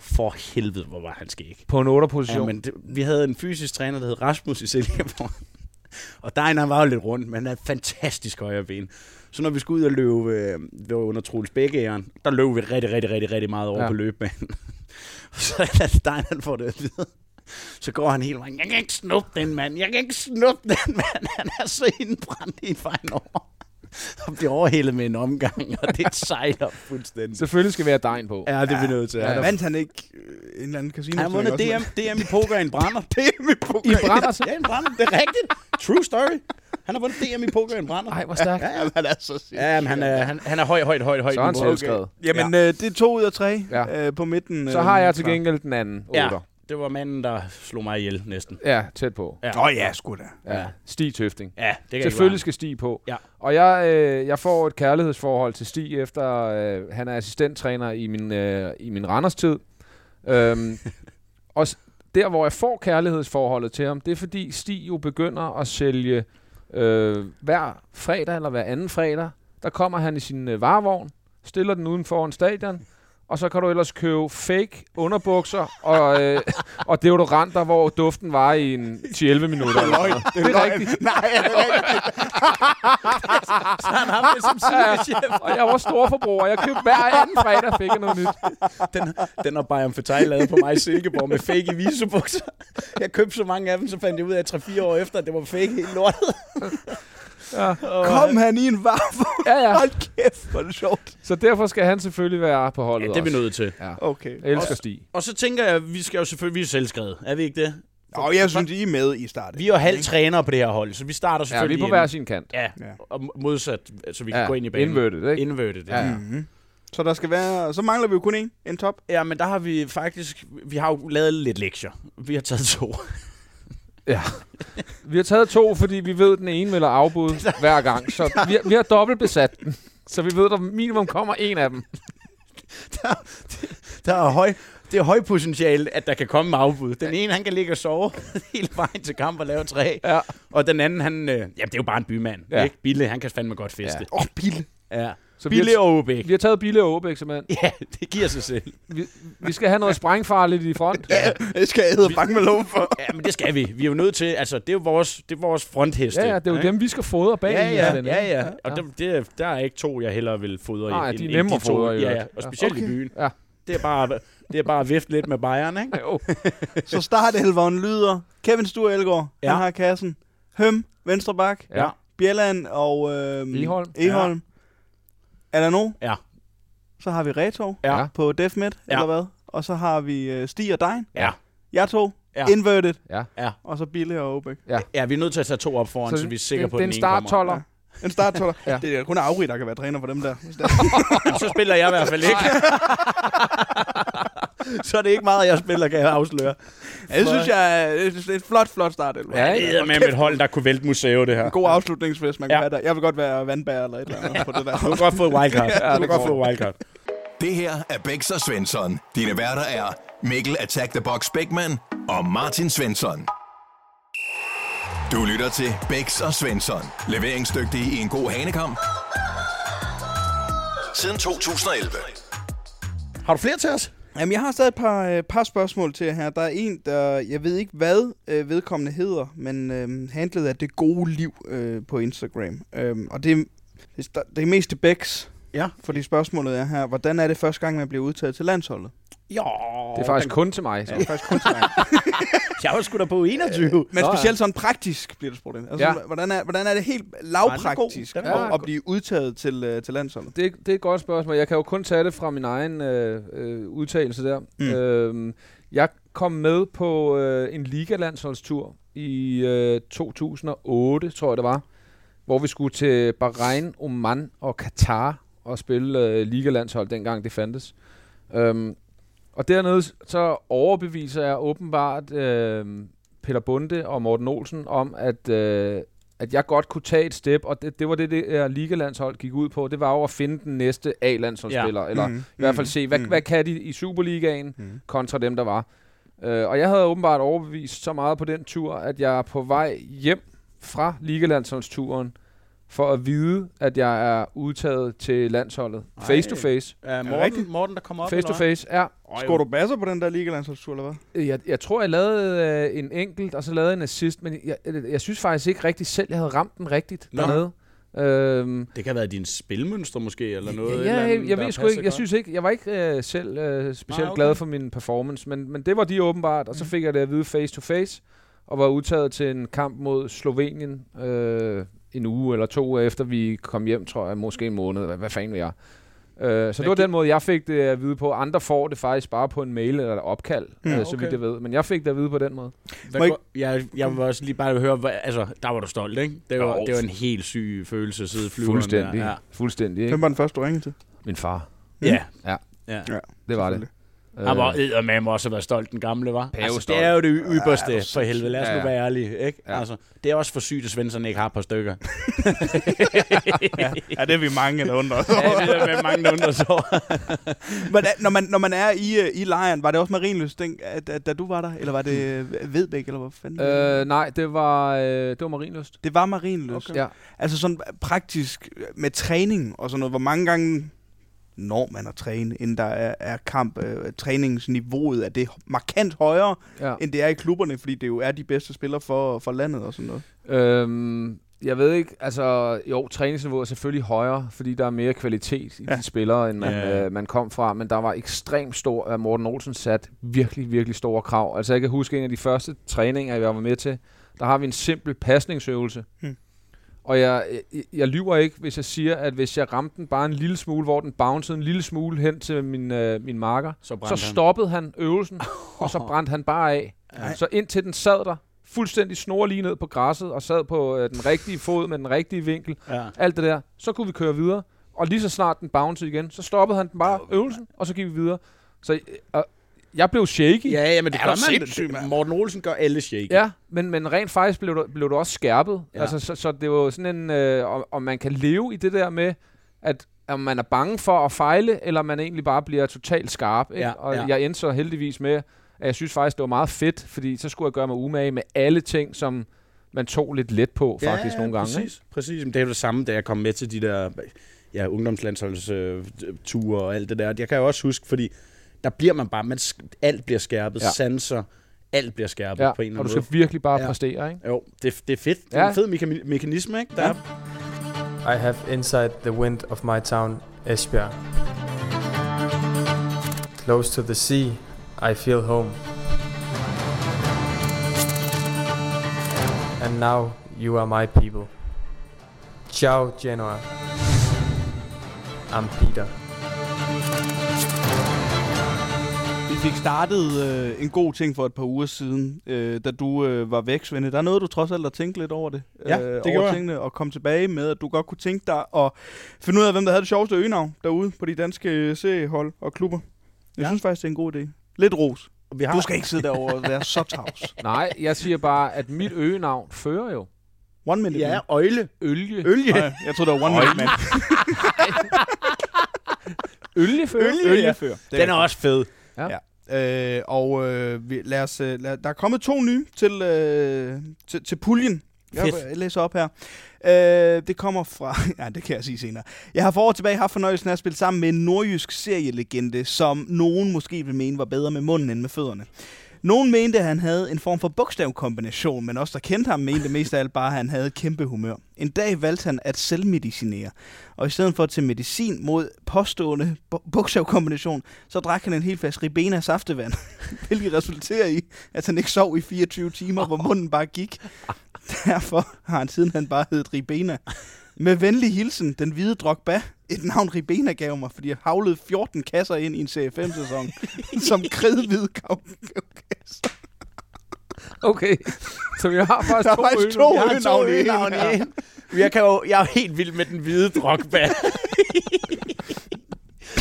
Speaker 3: For helvede, hvor var han skæg.
Speaker 1: På en 8'er-position.
Speaker 3: Ja, men det, vi havde en fysisk træner, der hed Rasmus i Silkeborg. Og Dein, han var jo lidt rundt, men han havde et fantastisk højre ben. Så når vi skulle ud og løbe, øh, det var under Troels Bækkeæren, der løb vi rigtig, rigtig, rigtig, rigtig meget over
Speaker 1: Ja.
Speaker 3: ja. på løbebanen. så er Dein, han får det at vide. Så går han hele vejen, jeg kan ikke snuppe den mand, jeg kan ikke snuppe den mand, han er så indbrændt i vejen over. Og bliver overhældet med en omgang, og det sejler fuldstændig.
Speaker 1: Selvfølgelig skal vi have dejen på.
Speaker 3: Ja, det er vi nødt til.
Speaker 1: Ja,
Speaker 3: Han
Speaker 1: ja.
Speaker 3: er
Speaker 4: Vandt han ikke øh, en eller anden casino?
Speaker 3: han har vundet DM, DM i poker i en brænder. DM i poker
Speaker 1: I en brænder?
Speaker 3: Ja, i en brænder. Det er rigtigt. True story. Han har vundet DM i poker i en brænder.
Speaker 1: Ej, hvor stærkt.
Speaker 3: Ja, ja, han er så sindssygt. Ja, men han er, han, han er høj, højt, højt, højt.
Speaker 1: Så er han
Speaker 3: niveau.
Speaker 1: selvskrevet.
Speaker 4: Jamen, øh, det er to ud af tre
Speaker 1: Ja.
Speaker 4: øh, på midten.
Speaker 1: Så
Speaker 4: øh,
Speaker 1: har jeg til
Speaker 4: fra-
Speaker 1: gengæld den anden.
Speaker 3: Ja,
Speaker 1: otter.
Speaker 3: det var manden, der slog mig ihjel næsten.
Speaker 1: ja tæt på.
Speaker 3: Ja.
Speaker 4: Nå ja, sgu da.
Speaker 1: Ja. Stig Tøfting.
Speaker 3: Ja, det kan
Speaker 1: Selvfølgelig
Speaker 3: Ikke
Speaker 1: skal Stig på.
Speaker 3: Ja.
Speaker 1: Og jeg, øh, jeg får et kærlighedsforhold til Stig, efter øh, han er assistenttræner i min, øh, i min Randers-tid. Øhm, og s- der, hvor jeg får kærlighedsforholdet til ham, det er fordi Stig jo begynder at sælge øh, hver fredag eller hver anden fredag. Der kommer han i sin øh, varevogn, stiller den uden foran stadion, og så kan du ellers købe fake underbukser og, øh, og deodoranter, hvor duften var i en 10-11 minutter. eller sådan noget. Det er rigtigt.
Speaker 3: være. Han har det som superchef.
Speaker 1: Og jeg var storforbruger. Jeg købte hver anden fredag, fik jeg noget nyt.
Speaker 3: Den, den har Bayern Fetai lavet på mig i Silkeborg med fake visebukser. Jeg købte så mange af dem, så fandt jeg ud af 3-4 år efter, at det var fake helt lortet.
Speaker 4: Kom han i en varme.
Speaker 1: Ja, ja.
Speaker 4: Hold kæft, hvor er det sjovt.
Speaker 1: Så derfor skal han selvfølgelig være på holdet også.
Speaker 3: nødt til.
Speaker 4: Okay.
Speaker 1: Jeg elsker Stig.
Speaker 3: Og så tænker jeg, at vi skal jo selvfølgelig, vi er selvskrevet. Er vi ikke det?
Speaker 4: Og jeg synes, I er med i starten.
Speaker 3: Vi er jo halvt trænere på det her hold, så vi starter
Speaker 1: Ja, vi
Speaker 3: selvfølgelig
Speaker 1: er på
Speaker 3: inde.
Speaker 1: hver sin kant.
Speaker 3: Ja,
Speaker 4: Ja.
Speaker 3: og mo- modsat, så vi kan
Speaker 1: Ja,
Speaker 3: gå ind Mm. i banen.
Speaker 1: inverted, ikke?
Speaker 3: Inverted, ja.
Speaker 1: Ja,
Speaker 3: ja.
Speaker 1: ja.
Speaker 4: Mm-hmm. Så der skal være... Så mangler vi jo kun en. En top.
Speaker 3: Ja, men der har vi faktisk... Vi har jo lavet lidt lektier. Vi har taget to.
Speaker 1: Vi har taget to, fordi vi ved, at den ene vil have afbud hver gang. Så vi har, vi har dobbelt besat den. Så vi ved, at der minimum kommer en af dem.
Speaker 3: Der er høj, det er højpotentiale, at der kan komme afbud. Den ene, han kan ligge og sove hele vejen til kamp og lave tre.
Speaker 1: Ja.
Speaker 3: Og den anden, han... Øh, jamen, det er jo bare en bymand.
Speaker 1: Ja.
Speaker 3: Ja. Ikke? Bille, han kan fandme godt feste.
Speaker 4: Åh, oh, Bille.
Speaker 3: Ja. ja.
Speaker 1: Så vi har,
Speaker 3: Bille og Obæk.
Speaker 1: vi har taget Bille og Åbæk, simpelthen.
Speaker 3: Ja, det giver sig selv.
Speaker 1: Vi, vi skal have noget sprængfarligt i front. Ja,
Speaker 4: Det skal jeg hedde bange med lov for.
Speaker 3: Ja, men det skal vi. Vi er jo nødt til... Altså, det er jo vores, det er vores frontheste.
Speaker 1: ja, det er jo dem, vi skal fodre bag.
Speaker 3: Ja,
Speaker 1: i
Speaker 3: ja,
Speaker 1: den,
Speaker 3: ja,
Speaker 1: ikke?
Speaker 3: ja. Og dem, det, er- der er ikke to, jeg hellere vil fodre
Speaker 1: Nej,
Speaker 3: end,
Speaker 1: de er
Speaker 3: end
Speaker 1: nemme at
Speaker 3: to.
Speaker 1: fodre, i
Speaker 3: ja, ja,
Speaker 1: øvrigt.
Speaker 3: og
Speaker 1: Ja.
Speaker 3: specielt okay. i
Speaker 4: Okay.
Speaker 3: byen.
Speaker 1: Ja.
Speaker 3: Det er bare, det er bare at vifte lidt med Bayern, ikke?
Speaker 1: Jo,
Speaker 4: Så startelveren lyder Kevin Sture Elgaard. Ja.
Speaker 3: Ja.
Speaker 4: Han har kassen. Høm, venstre bak.
Speaker 1: ja.
Speaker 4: Bjelland og... Øh,
Speaker 1: Egholm.
Speaker 4: Eholm. Ja. Er der nogen?
Speaker 3: Ja.
Speaker 4: Så har vi Retov
Speaker 1: Ja.
Speaker 4: ja. på DefMed,
Speaker 3: Ja.
Speaker 4: ja. eller hvad? Og så har vi øh, Stig og Dein.
Speaker 3: Ja.
Speaker 4: Jeg to.
Speaker 3: Ja.
Speaker 4: Ja. Inverted.
Speaker 1: Ja.
Speaker 3: Ja.
Speaker 4: Og så Bille og Obæk.
Speaker 3: Ja, vi er nødt til at tage to op foran, så, vi er sikre
Speaker 1: det,
Speaker 3: på,
Speaker 1: det
Speaker 3: at
Speaker 1: er en
Speaker 3: den ene kommer.
Speaker 1: starttoller.
Speaker 4: En starttoller.
Speaker 1: Ja.
Speaker 4: ja. Det er kun Auri, der kan være træner for dem der. Hvis der-
Speaker 3: Så spiller jeg i hvert fald ikke. så er det ikke meget, jeg spiller, kan jeg afsløre.
Speaker 4: Ja, det synes jeg er det er et flot, flot start. Ja.
Speaker 1: Ja,
Speaker 3: Det er med et hold, der kunne vælte museet, det her.
Speaker 4: En god afslutningsfest, man kan
Speaker 3: Ja.
Speaker 4: ja. være der. Jeg vil godt være vandbærer eller et eller andet på det der.
Speaker 3: Du kan godt få et wildcard.
Speaker 4: Ja,
Speaker 3: du
Speaker 4: det
Speaker 3: kan godt
Speaker 4: går.
Speaker 3: få et wildcard.
Speaker 2: Det her er Bæks og Svensson. Dine værter er Mikkel Attack the Box Bækman og Martin Svensson. Du lytter til Bæks og Svensson. Leveringsdygtige i en god hanekamp. Siden 2011.
Speaker 3: Har du flere til os?
Speaker 4: Jamen, jeg har stadig et par, øh, par spørgsmål til jer her. Der er en, der, jeg ved ikke hvad øh, vedkommende hedder, men øh, handlet af det gode liv øh, på Instagram. Øh, og det, det, er- det er mest til Becks,
Speaker 3: Ja.
Speaker 4: fordi spørgsmålet er her, hvordan er det første gang, man bliver udtaget til landsholdet?
Speaker 3: Jo,
Speaker 1: Det er faktisk kun til mig. Så.
Speaker 4: Det er faktisk kun til mig.
Speaker 3: Jeg var sgu da på 21.
Speaker 4: Men
Speaker 1: Nå, ja.
Speaker 4: specielt sådan praktisk bliver det spurgt ind. Altså,
Speaker 1: Ja.
Speaker 4: ja. hvordan, er, hvordan er det helt lavpraktisk
Speaker 3: Ja, den er god.
Speaker 4: at, at blive udtaget til, øh, til landsholdet?
Speaker 1: det, det er et godt spørgsmål. Jeg kan jo kun tage det fra min egen øh, øh, udtalelse der. Mm. Øhm, jeg kom med på øh, en ligalandsholdstur i øh, 2008, tror jeg det var, hvor vi skulle til Bahrain, Oman og Katar og spille øh, ligalandshold, dengang det fandtes. Øhm, og dernede så overbeviser jeg åbenbart øh, Peter Bunde og Morten Olsen om, at... Øh, at jeg godt kunne tage et step, og det, det var det, det her ligalandshold gik ud på, det var jo at finde den næste A-landsholdsspiller, ja. eller mm, i hvert fald se, hvad, mm. hvad kan de i Superligaen mm. kontra dem, der var. Øh, og jeg havde åbenbart overbevist så meget på den tur, at jeg er på vej hjem fra ligalandsholdsturen, for at vide, at jeg er udtaget til landsholdet.
Speaker 3: Ej.
Speaker 1: Face to face.
Speaker 3: Ja, Morten,
Speaker 4: rigtigt?
Speaker 3: Morten, der kommer op.
Speaker 1: Face to face, ja.
Speaker 4: Skår du basser på den der ligalandsholdstur, eller hvad?
Speaker 1: Øh, Jeg, jeg tror, jeg lavede øh, en enkelt, og så lavede jeg en assist, men jeg, jeg, jeg synes faktisk ikke rigtig selv, jeg havde ramt den rigtigt
Speaker 3: Nå.
Speaker 1: dernede. Øhm,
Speaker 3: Det kan have været dine spilmønster måske, eller noget. et
Speaker 1: ja,
Speaker 3: eller
Speaker 1: jeg,
Speaker 3: andet,
Speaker 1: jeg, jeg
Speaker 3: der
Speaker 1: ved sgu
Speaker 3: passer
Speaker 1: ikke, jeg
Speaker 3: godt.
Speaker 1: synes ikke, jeg var ikke øh, selv øh, specielt
Speaker 3: Nej, okay. Mm.
Speaker 1: glad for min performance, men, men det var de åbenbart, og så fik jeg det at vide face to face, og var udtaget til en kamp mod Slovenien øh, en uge eller to uger efter vi kom hjem, tror jeg, måske en måned, hvad, hvad fanden ved jeg. Øh, så det var
Speaker 3: gi-
Speaker 1: den måde, jeg fik det at vide på. Andre får det faktisk bare på en mail eller et opkald,
Speaker 4: Ja,
Speaker 1: øh, så
Speaker 3: okay.
Speaker 1: vidt jeg ved. Men jeg fik det at vide på den måde.
Speaker 3: Hvad
Speaker 4: Må
Speaker 3: går, jeg, jeg vil også lige bare høre, hvad, altså, der var du stolt, ikke? Det var,
Speaker 1: Jo.
Speaker 3: det var en helt syg følelse at sidde i flyveren
Speaker 1: Fuldstændig.
Speaker 3: Der. Ja.
Speaker 1: Fuldstændig,
Speaker 4: Hvem
Speaker 1: ikke?
Speaker 4: var den første, du ringede til?
Speaker 1: Min far.
Speaker 3: ja.
Speaker 1: Ja.
Speaker 3: ja.
Speaker 1: Det var det.
Speaker 3: Han var eddermame også at være stolt, den gamle, var.
Speaker 1: Pave
Speaker 3: Altså, det
Speaker 1: stolt.
Speaker 3: er jo det ypperste, ja, for helvede. Lad os
Speaker 1: Ja,
Speaker 3: nu
Speaker 1: ja.
Speaker 3: være ærlige, ikke? Ja.
Speaker 1: Ja.
Speaker 3: Altså, det er også for sygt, at Svensson ikke har et par stykker.
Speaker 4: Ja, det er vi mange, der undrer os
Speaker 3: ja, det er der med mange, der undrer sig over.
Speaker 4: Men øh, når man, når man er i, øh, i lejren, var det også Marienløs, den, at, at, da du var der? Eller var det øh, Vedbæk, eller hvad fanden?
Speaker 1: Øh, nej, det var, øh, det var Marienlyst.
Speaker 4: det var Marienløs.
Speaker 1: Ja.
Speaker 4: Altså sådan praktisk øh, med træning og sådan noget. Hvor mange gange når man at træne, inden der er, er kamp, øh, træningsniveauet, er det markant højere,
Speaker 1: ja.
Speaker 4: end det er i klubberne, fordi det jo er de bedste spillere for, for landet og sådan noget.
Speaker 1: Øhm, jeg ved ikke, altså jo, træningsniveauet er selvfølgelig højere, fordi der er mere kvalitet i ja.
Speaker 4: Ja.
Speaker 1: de spillere, end man,
Speaker 3: Ja.
Speaker 1: ja. øh, man kom fra, men der var ekstremt stor, at Morten Olsen sat virkelig, virkelig store krav. Altså jeg kan huske en af de første træninger, jeg var med til, der har vi en simpel pasningsøvelse.
Speaker 4: Hmm.
Speaker 1: Og jeg, jeg, jeg lyver ikke, hvis jeg siger, at hvis jeg ramte den bare en lille smule, hvor den bouncede en lille smule hen til min, øh, min marker,
Speaker 3: Så brændte
Speaker 1: så stoppede han øvelsen, og så brændte han bare af.
Speaker 4: Ej.
Speaker 1: Så indtil den sad der, fuldstændig snor lige ned på græsset, og sad på øh, den rigtige fod med den rigtige vinkel,
Speaker 3: han. Ja.
Speaker 1: alt det der, så kunne vi køre videre. Og lige så snart den bouncede igen, så stoppede han den bare øvelsen, og så gik vi videre. Så øh, og jeg blev shaky.
Speaker 3: Ja, ja, men det
Speaker 4: Er
Speaker 3: gør
Speaker 4: du
Speaker 3: man.
Speaker 4: sindssyg, mand?
Speaker 3: Morten Olsen gør alle shake.
Speaker 1: Ja, men, men rent faktisk blev du, blev du også skærpet.
Speaker 3: Ja.
Speaker 1: Ja. Altså, så, så det var jo sådan en... Øh, om, om man kan leve i det der med, at om man er bange for at fejle, eller man egentlig bare bliver totalt skarp. Ikke?
Speaker 3: Ja,
Speaker 1: og
Speaker 3: ja.
Speaker 1: jeg endte så heldigvis med, at jeg synes faktisk, det var meget fedt, fordi så skulle jeg gøre mig umage med alle ting, som man tog lidt let på faktisk nogle gange.
Speaker 3: Præcis,
Speaker 1: Ikke?
Speaker 3: præcis. Men det er jo det samme, da jeg kom med til de der ja, ungdomslandsholdsture og alt det der. Jeg kan jo også huske, fordi der bliver man bare, man, sk- alt bliver skærpet, ja.
Speaker 1: Ja.
Speaker 3: sanser, alt bliver skærpet
Speaker 1: Ja,
Speaker 3: på en eller
Speaker 1: og du
Speaker 3: anden
Speaker 1: skal
Speaker 3: måde.
Speaker 1: virkelig bare
Speaker 3: Ja.
Speaker 1: ja. præstere, ikke?
Speaker 3: Jo, det, det er fedt. Det er
Speaker 1: Ja.
Speaker 3: en fed meka- mekanisme, ikke? Der
Speaker 1: Ja.
Speaker 3: er
Speaker 9: I have inside the wind of my town, Esbjerg. Close to the sea, I feel home. And now you are my people. Ciao, Genoa. I'm Peter.
Speaker 4: Vi fik startet øh, en god ting for et par uger siden, øh, da du øh, var væk, Svende. Der er noget, du trods alt har tænkt lidt over det. øh,
Speaker 3: Ja, det gjorde
Speaker 4: over
Speaker 3: jeg.
Speaker 4: tingene, og kom tilbage med, at du godt kunne tænke dig at finde ud af, hvem der havde det sjoveste øgenavn derude på de danske øh, seriehold og klubber. Jeg
Speaker 3: Ja.
Speaker 4: ja. synes faktisk, det er en god idé. Lidt ros.
Speaker 3: Vi har,
Speaker 4: Du skal ikke sidde derovre og være så tavs.
Speaker 1: Nej, jeg siger bare, at mit øgenavn fører jo
Speaker 4: One minute.
Speaker 3: Ja,
Speaker 4: man.
Speaker 3: øjle.
Speaker 1: ølje.
Speaker 3: Ølje.
Speaker 4: Nej, jeg tror det var one minute, man.
Speaker 1: Øljefører?
Speaker 3: Ølje, ja.
Speaker 4: før.
Speaker 3: Den er også fed.
Speaker 4: Øh, og øh, vi, lad os, øh, lad, der er kommet to nye til, øh, til, til puljen. Jeg,
Speaker 3: Fedt.
Speaker 4: jeg læser op her. Øh, det kommer fra... Ja, det kan jeg sige senere. Jeg har for år tilbage haft fornøjelsen af at spille sammen med en nordjysk serielegende, som nogen måske vil mene var bedre med munden end med fødderne. Nogen mente, at han havde en form for bogstavkombination, men også der kendte ham mente mest af alt bare, at han havde et kæmpe humør. En dag valgte han at selvmedicinere, og i stedet for til medicin mod påstående bo- bogstavkombination, så drak han en hel flaske Ribena saftevand, hvilket resulterer i, at han ikke sov i 24 timer, hvor munden bare gik. Derfor har han siden han bare heddet Ribena. Med venlig hilsen, den hvide Drogba, et navn Ribena gav mig, fordi jeg havlede 14 kasser ind i en Serie 5-sæson, som kredhvid gav
Speaker 1: Okay, så jeg har faktisk
Speaker 4: Der er
Speaker 1: to øgenavne.
Speaker 4: faktisk to.
Speaker 3: Jeg har to
Speaker 4: øgenavn i en
Speaker 3: øgenavn i
Speaker 4: her.
Speaker 3: en. Jeg, kan jo, jeg er jo helt vild med den hvide drogba.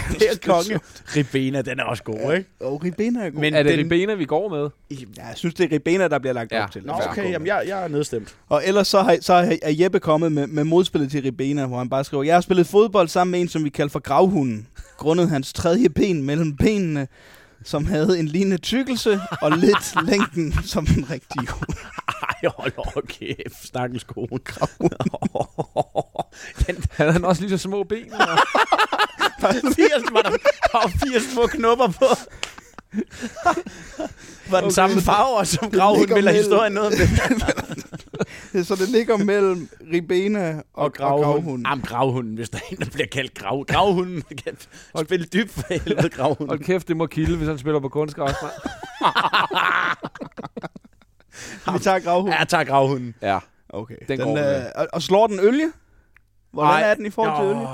Speaker 3: det er konge. Ribena, den er også god, ikke?
Speaker 4: Og Ribena er god.
Speaker 3: Men
Speaker 1: Er det
Speaker 3: den-
Speaker 1: Ribena, vi går med?
Speaker 4: Ja, jeg synes, det er Ribena, der bliver lagt
Speaker 1: Ja.
Speaker 4: op til.
Speaker 3: Nå,
Speaker 1: Fair.
Speaker 3: okay, jamen, jeg, jeg er nedstemt.
Speaker 4: Og ellers så, har, så er Jeppe kommet med, med modspillet til Ribena, hvor han bare skriver, jeg har spillet fodbold sammen med en, som vi kalder for gravhunden, grundet hans tredje ben mellem benene, som havde en lignende tykkelse og lidt længden som den rigtige hund.
Speaker 3: Nej, hold op, kæft. Stakkels kone.
Speaker 1: Havde han også lige så små ben? eller?
Speaker 3: 80 var der, der var 80 små knopper på. var den okay, samme farve, som Gravhund
Speaker 4: ligger
Speaker 3: vil have
Speaker 4: mellem.
Speaker 3: historien noget om det.
Speaker 4: Så det ligger mellem ribena og, og gravhunden.
Speaker 3: Jamen, gravhunden, hvis der er en, der bliver kaldt grav. Gravhunden. Spil dybt for helvede,
Speaker 1: Hold
Speaker 3: gravhunden.
Speaker 1: kæft, det må kilde, hvis han spiller på kunstgræs. mand.
Speaker 3: Ah.
Speaker 4: Vi tager gravhunden.
Speaker 3: Ja, jeg tager gravhunden.
Speaker 1: Ja,
Speaker 4: Okay.
Speaker 1: Den
Speaker 4: Den,
Speaker 1: går
Speaker 4: den,
Speaker 1: med.
Speaker 4: øh, og, og slår den ølje? Hvordan
Speaker 3: Nej.
Speaker 4: er den i forhold til ølje?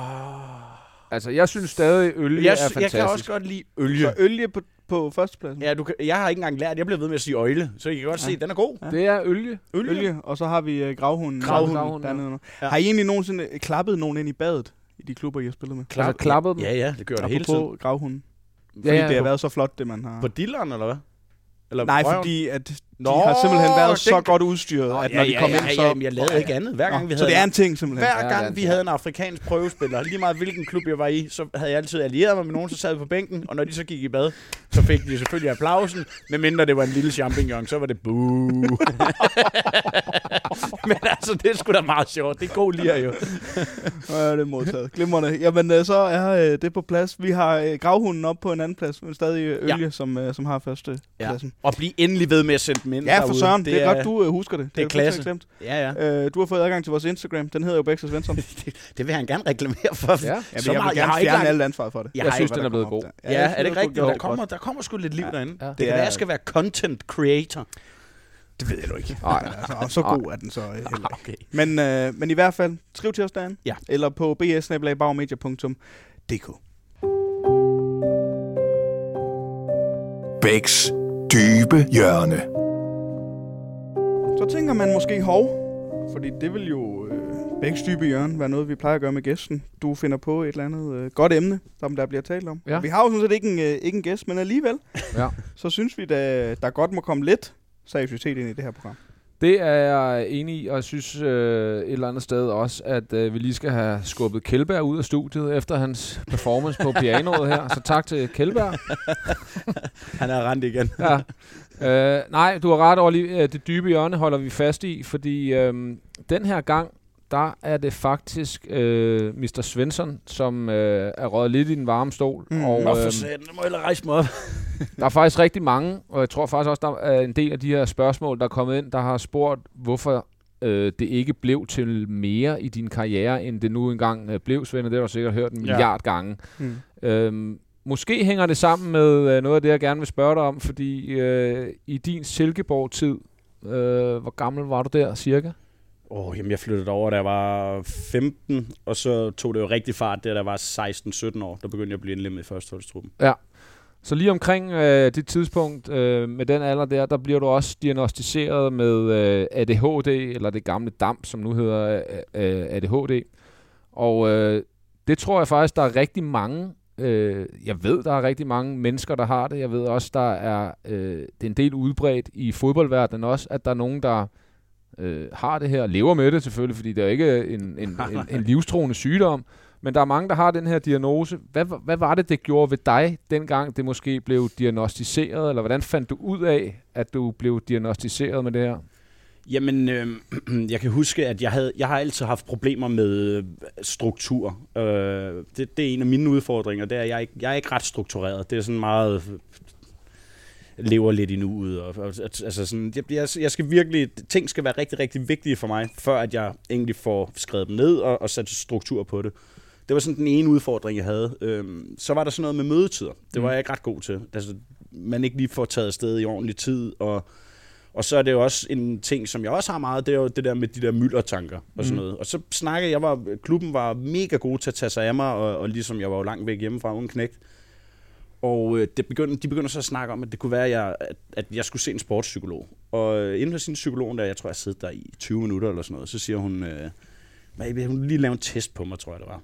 Speaker 1: altså jeg synes stadig, øl er
Speaker 3: Jeg, jeg
Speaker 1: fantastisk.
Speaker 3: kan også godt lide ølje.
Speaker 4: Så ølje på, på førstepladsen.
Speaker 3: Ja, du kan, jeg har ikke engang lært. Jeg bliver ved med at sige øjle, så I kan godt ja. se, den er god.
Speaker 1: Det er ølje.
Speaker 4: Ølje. ølje. Og så har vi uh, gravhunden.
Speaker 1: Gravhunden.
Speaker 4: Dernede nu.
Speaker 3: Ja.
Speaker 4: Ja. Har I egentlig nogensinde øh, klappet nogen ind i badet? I de klubber, I har spillet med?
Speaker 1: Altså klappet dem.
Speaker 3: Ja, ja, det gør det hele tiden.
Speaker 4: Apropos gravhunden.
Speaker 1: Ja,
Speaker 4: Fordi
Speaker 1: ja,
Speaker 4: det har
Speaker 1: på-
Speaker 4: været så flot, det man har.
Speaker 3: På dilleren, eller hvad? Eller
Speaker 4: Nej,
Speaker 3: røven?
Speaker 4: fordi at de
Speaker 3: Nå,
Speaker 4: har simpelthen været så
Speaker 3: den-
Speaker 4: godt udstyret, at når
Speaker 3: ja,
Speaker 4: de kom
Speaker 3: ja,
Speaker 4: ind,
Speaker 3: ja,
Speaker 4: så...
Speaker 3: Ja, jamen, jeg lavede ikke andet. Hver gang, vi
Speaker 4: så
Speaker 3: havde
Speaker 4: det er
Speaker 3: en,
Speaker 4: en ting, simpelthen.
Speaker 1: Ja,
Speaker 3: hver
Speaker 1: det er en
Speaker 3: gang vi
Speaker 1: ting.
Speaker 3: havde en afrikansk prøvespiller, lige meget hvilken klub jeg var i, så havde jeg altid allieret mig med nogen, så sad vi på bænken, og når de så gik i bad, så fik de selvfølgelig applausen, medmindre det var en lille champignon, så var det boo. Men altså, det er sgu da meget sjovt. Det er god lir jo.
Speaker 4: Ja, det er modtaget. Glimrende. Jamen, øh, så er øh, det på plads. Vi har øh, gravhunden op på en anden plads, men stadig øh,
Speaker 3: Ja.
Speaker 4: Ølje, som, øh, som har første
Speaker 3: Ja.
Speaker 4: pladsen.
Speaker 3: Og bliv endelig ved med at sende dem ind
Speaker 4: Ja, for
Speaker 3: derude.
Speaker 4: søren. Det, det er godt, du øh, husker det.
Speaker 3: det er
Speaker 4: du fuldstændig
Speaker 3: klasse.
Speaker 4: Glemt.
Speaker 3: Ja, ja.
Speaker 4: Øh, du har fået adgang til vores Instagram. Den hedder jo Bex og Svensson. Jamen,
Speaker 3: Det vil han gerne reklamere for.
Speaker 1: Ja.
Speaker 3: Så
Speaker 4: jeg
Speaker 3: meget-
Speaker 4: vil
Speaker 3: jeg har
Speaker 4: gerne
Speaker 3: ikke
Speaker 4: fjerne
Speaker 3: lagt-
Speaker 4: alt ansvaret for det.
Speaker 3: Jeg,
Speaker 1: Jeg
Speaker 3: har
Speaker 1: synes,
Speaker 3: ikke-
Speaker 1: den er blevet god.
Speaker 3: Ja, er det ikke rigtigt? Der kommer, der kommer sgu lidt liv derinde. Det er,
Speaker 4: er-
Speaker 3: jeg skal være content creator.
Speaker 4: Det ved jeg jo ikke.
Speaker 1: Nej.
Speaker 4: altså, og så god er den så øh, heller ikke.
Speaker 3: Okay.
Speaker 4: Men, øh, men i hvert fald, skriv til os derinde.
Speaker 3: Ja.
Speaker 4: Eller på bs-bagmedia.dk.
Speaker 2: Bæks dybe hjørne.
Speaker 4: Så tænker man måske hov, fordi det vil jo øh, bækstybe hjørne være noget, vi plejer at gøre med gæsten. Du finder på et eller andet øh, godt emne, som der bliver talt om.
Speaker 1: Ja.
Speaker 4: Vi har jo sådan set ikke en, øh, ikke en gæst, men alligevel,
Speaker 1: Ja.
Speaker 4: så synes vi, der, der godt må komme lidt seriøsitet ind i det her program.
Speaker 1: Det er jeg enig i, og jeg synes øh, et eller andet sted også, at øh, vi lige skal have skubbet Kjellberg ud af studiet efter hans performance på pianoet her. Så tak til Kjellberg.
Speaker 3: Han er rent igen.
Speaker 1: Ja. Øh, nej, du har ret over lige, øh, det dybe hjørne holder vi fast i, fordi øh, den her gang, der er det faktisk øh, Mr. Svensson, som øh, er røget lidt i den varme stol.
Speaker 4: Mm.
Speaker 1: Og,
Speaker 3: Nå for
Speaker 1: øhm,
Speaker 3: satan, nu må jeg hellere rejse mig op.
Speaker 1: Der er faktisk rigtig mange, og jeg tror faktisk også, der er en del af de her spørgsmål, der er kommet ind, der har spurgt, hvorfor øh, det ikke blev til mere i din karriere, end det nu engang øh, blev, Svend, og det har du sikkert hørt en milliard gange.
Speaker 4: Mm.
Speaker 1: Øhm, måske hænger det sammen med øh, noget af det, jeg gerne vil spørge dig om, fordi øh, i din Silkeborg-tid, øh, hvor gammel var du der cirka?
Speaker 3: Åh, oh, jamen jeg flyttede over, da jeg var 15, og så tog det jo rigtig fart, da jeg var 16-17 år. Der begyndte jeg at blive indlemmet i førsteholdstruppen.
Speaker 1: Så lige omkring øh, det tidspunkt, øh, med den alder der, der bliver du også diagnostiseret med øh, ADHD, eller det gamle DAMP, som nu hedder øh, øh, ADHD. Og øh, det tror jeg faktisk, der er rigtig mange, øh, jeg ved, der er rigtig mange mennesker, der har det. Jeg ved også, der er, øh, det er en del udbredt i fodboldverdenen også, at der er nogen, der øh, har det her, og lever med det selvfølgelig, fordi det er jo ikke en, en, en, en livstruende sygdom. Men der er mange, der har den her diagnose. Hvad, hvad var det, det gjorde ved dig, dengang det måske blev diagnostiseret? Eller hvordan fandt du ud af, at du blev diagnostiseret med det her?
Speaker 3: Jamen, øh, jeg kan huske, at jeg, havde, jeg har altid haft problemer med øh, struktur. Øh, det, det er en af mine udfordringer, det er, at jeg, er ikke, jeg er ikke ret struktureret. Det er sådan meget øh, lever lidt i nuet. Og, og, altså sådan, jeg, jeg, jeg skal virkelig, ting skal være rigtig, rigtig vigtige for mig, før at jeg egentlig får skrevet dem ned og, og sat struktur på det. Det var sådan den ene udfordring, jeg havde. Øhm, så var der sådan noget med mødetider. Det var jeg ikke ret god til. Altså, man ikke lige får taget afsted i ordentlig tid, og og så er det jo også en ting, som jeg også har meget, det er jo det der med de der myldertanker og sådan noget. Og så snakkede jeg, var, klubben var mega god til at tage sig af mig, og, og ligesom jeg var jo langt væk hjemmefra, uden knægt. Og øh, det begyndte, de begynder så at snakke om, at det kunne være, at jeg, at, at jeg skulle se en sportspsykolog. Og øh, inden hos sin psykolog, der, jeg tror, jeg sidder der i 20 minutter eller sådan noget, så siger hun, øh, "Hvad, vil hun lige lave en test på mig, tror jeg det var.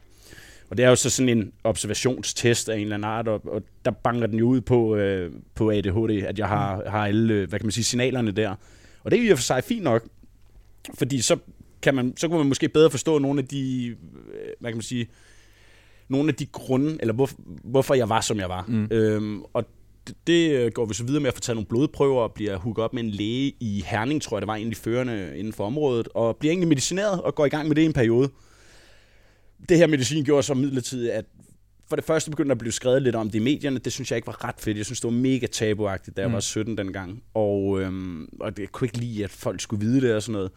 Speaker 3: Og det er jo så sådan en observationstest af en eller anden art, og, og der banker den jo ud på, øh, på ADHD, at jeg har, har alle, øh, hvad kan man sige, signalerne der. Og det er jo i og for sig fint nok, fordi så kan man, så kunne man måske bedre forstå nogle af de, øh, hvad kan man sige, nogle af de grunde, eller hvor, hvorfor jeg var, som jeg var. Mm. Øhm, og det, det øh, går vi så videre med at få taget nogle blodprøver og bliver hooket op med en læge i Herning, tror jeg, det var egentlig førende inden for området, og bliver egentlig medicineret og går i gang med det i en periode. Det her medicin gjorde så midlertidigt, at for det første begyndte der at blive skrevet lidt om det i medierne. Det synes jeg ikke var ret fedt. Jeg synes, det var mega tabuagtigt, da jeg mm. var 17 dengang. Og, øhm, og det, jeg kunne ikke lide, at folk skulle vide det og sådan noget.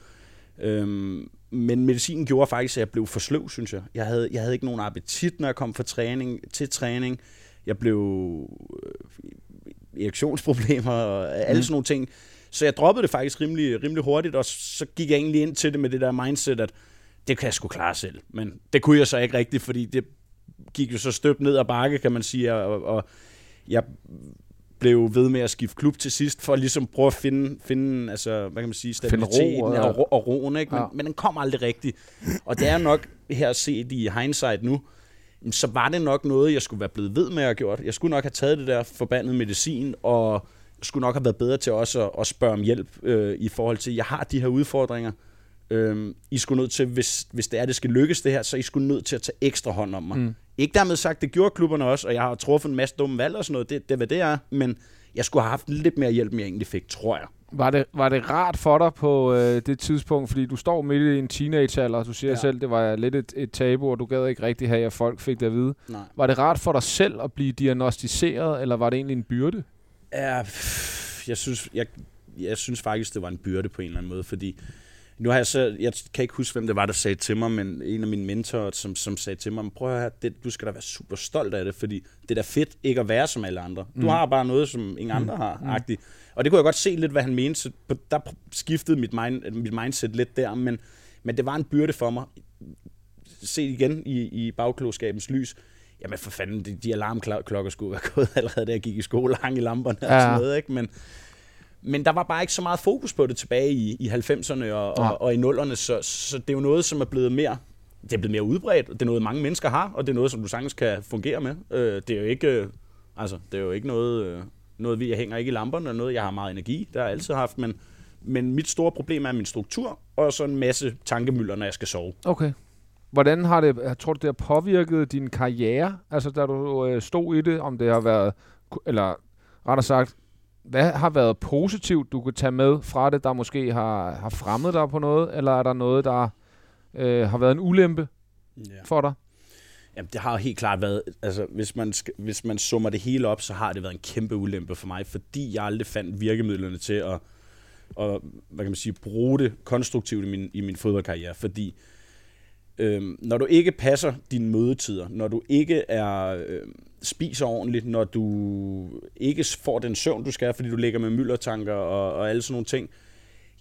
Speaker 3: Øhm, men medicinen gjorde faktisk, at jeg blev for sløv, synes jeg. Jeg havde, jeg havde ikke nogen appetit, når jeg kom fra træning, til træning. Jeg blev øh, erektionsproblemer og alle mm. sådan nogle ting. Så jeg droppede det faktisk rimelig, rimelig hurtigt, og så gik jeg egentlig ind til det med det der mindset, at det kan jeg sgu klare selv. Men det kunne jeg så ikke rigtigt, fordi det gik jo så støbt ned ad bakke, kan man sige, og, og jeg blev ved med at skifte klub til sidst, for at ligesom prøve at finde, finde altså, hvad kan man sige,
Speaker 1: Finde ro,
Speaker 3: stabiliteten ro,
Speaker 1: eller-
Speaker 3: og, ro, og roen, ikke? Men,
Speaker 1: Ja.
Speaker 3: ja. men den kom aldrig rigtigt. Og det er nok her set i hindsight nu, jamen, så var det nok noget, jeg skulle være blevet ved med at have gjort. Jeg skulle nok have taget det der forbandede medicin, og skulle nok have været bedre til også at, at spørge om hjælp øh, i forhold til, jeg har de her udfordringer. Øhm, I skulle nødt til, hvis, hvis det er, det skal lykkes det her, så I skulle nødt til at tage ekstra hånd om mig. Mm. Ikke dermed sagt, det gjorde klubberne også, og jeg har truffet en masse dumme valg og sådan noget, det, det er, hvad det er, men jeg skulle have haft lidt mere hjælp, end jeg egentlig fik, tror jeg.
Speaker 1: Var det, var det rart for dig på øh, det tidspunkt, fordi du står midt i en teenagealder, og du siger ja.
Speaker 3: Ja.
Speaker 1: selv, det var lidt et, et tabu, og du gad ikke rigtig have, at folk fik det at vide.
Speaker 3: Nej.
Speaker 1: Var det rart for dig selv at blive diagnostiseret, eller var det egentlig en byrde?
Speaker 3: Ja, pff, jeg synes, jeg, jeg synes faktisk, det var en byrde på en eller anden måde, fordi nu har jeg så, jeg kan ikke huske, hvem det var, der sagde til mig, men en af mine mentorer, som, som sagde til mig, "Men prøv at høre, det, du skal da være super stolt af det, fordi det er da fedt ikke at være som alle andre. Du har bare noget, som ingen andre har, agtigt. Og det kunne jeg godt se lidt, hvad han mente, så på- der pr- skiftede mit, mind, mit mindset lidt der, men, men det var en byrde for mig. Se igen i, i bagklogskabens lys, jamen for fanden, de, de alarmklokker skulle være gået allerede, da jeg gik i skole, hang i lamperne ja.
Speaker 1: Ja.
Speaker 3: og sådan noget, ikke? Men, men der var bare ikke så meget fokus på det tilbage i, i 90'erne og,
Speaker 1: Nej.
Speaker 3: og, og i 0'erne, så, så det er jo noget, som er blevet mere det er blevet mere udbredt, og det er noget, mange mennesker har, og det er noget, som du sagtens kan fungere med. Øh, det er jo ikke, øh, altså, det er jo ikke noget, øh, noget vi, jeg hænger ikke i lamperne, og noget, jeg har meget energi, det har jeg altid haft, men, men mit store problem er min struktur, og så en masse tankemøller, når jeg skal sove.
Speaker 1: Okay. Hvordan har det, jeg tror du, det har påvirket din karriere? Altså, da du øh, stod i det, om det har været, ku- eller rettere sagt, hvad har været positivt, du kunne tage med fra det, der måske har, har fremmet dig på noget, eller er der noget, der øh, har været en ulempe
Speaker 3: Ja.
Speaker 1: for dig?
Speaker 3: Jamen, det har jo helt klart været, altså, hvis man, sk- hvis man summer det hele op, så har det været en kæmpe ulempe for mig, fordi jeg aldrig fandt virkemidlerne til at, at hvad kan man sige, bruge det konstruktivt i min, i min fodboldkarriere, fordi øhm, når du ikke passer dine mødetider, når du ikke er øhm, spiser ordentligt, når du ikke s- får den søvn, du skal, have, fordi du ligger med myldertanker og, og alle sådan nogle ting,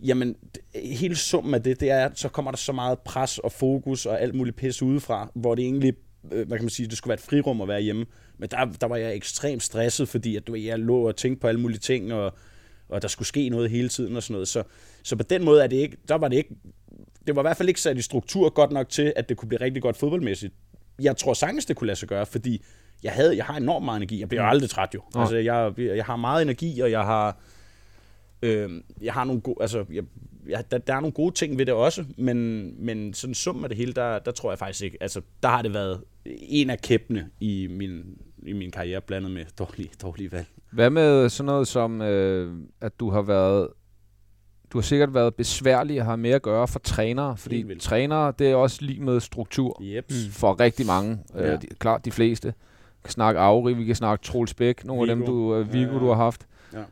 Speaker 3: jamen d- hele summen af det, det er, at så kommer der så meget pres og fokus og alt muligt pis udefra, hvor det egentlig, øh, hvad kan man sige, det skulle være et frirum at være hjemme. Men der, der var jeg ekstremt stresset, fordi at, du ved, jeg lå og tænkte på alle mulige ting, og, og der skulle ske noget hele tiden og sådan noget. Så, så på den måde er det ikke, der var det ikke, det var i hvert fald ikke sat i struktur godt nok til, at det kunne blive rigtig godt fodboldmæssigt. Jeg tror sagtens, det kunne lade sig gøre, fordi jeg, havde, jeg har enormt meget energi. Jeg bliver aldrig træt jo.
Speaker 1: Nej.
Speaker 3: Altså, jeg, jeg har meget energi, og jeg har... Øh, jeg har nogle gode, altså, jeg, jeg, der, der er nogle gode ting ved det også, men, men sådan summen af det hele, der, der tror jeg faktisk ikke, altså, der har det været en af kæppene i min, i min karriere, blandet med dårlige, dårlige valg.
Speaker 1: Hvad med sådan noget som, øh, at du har været, du har sikkert været besværlig at have med at gøre for trænere,
Speaker 3: Helt
Speaker 1: fordi
Speaker 3: vildt.
Speaker 1: trænere, det er også lige med struktur
Speaker 3: Yep.
Speaker 1: mm. for rigtig mange, øh,
Speaker 3: Ja.
Speaker 1: de, klart de fleste. Vi kan snakke Auri, vi kan snakke Troels Bæk, nogle af dem,
Speaker 3: Viggo.
Speaker 1: du, øh, Vigo,
Speaker 3: Ja, ja.
Speaker 1: du har haft.
Speaker 3: Ja.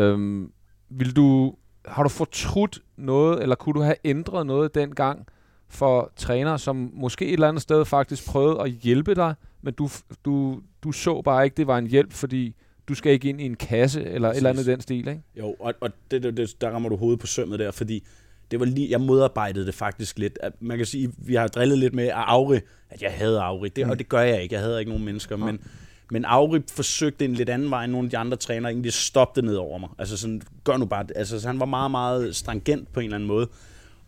Speaker 1: Øhm, vil du, har du fortrudt noget, eller kunne du have ændret noget dengang for trænere, som måske et eller andet sted faktisk prøvede at hjælpe dig, men du, f- du, du så bare ikke, det var en hjælp, fordi du skal ikke ind i en kasse, eller et eller andet i den stil, ikke?
Speaker 3: Jo, og, og det, det, det, der rammer du hovedet på sømmet der, fordi det var lige, jeg modarbejdede det faktisk lidt. At Man kan sige, vi har drillet lidt med at Auri, at jeg havde Auri, det, og det gør jeg ikke, jeg havde ikke nogen mennesker, men, men Auri forsøgte en lidt anden vej end nogle af de andre trænere, egentlig stoppede ned over mig. Altså sådan, gør nu bare det. Altså, så han var meget, meget stringent på en eller anden måde.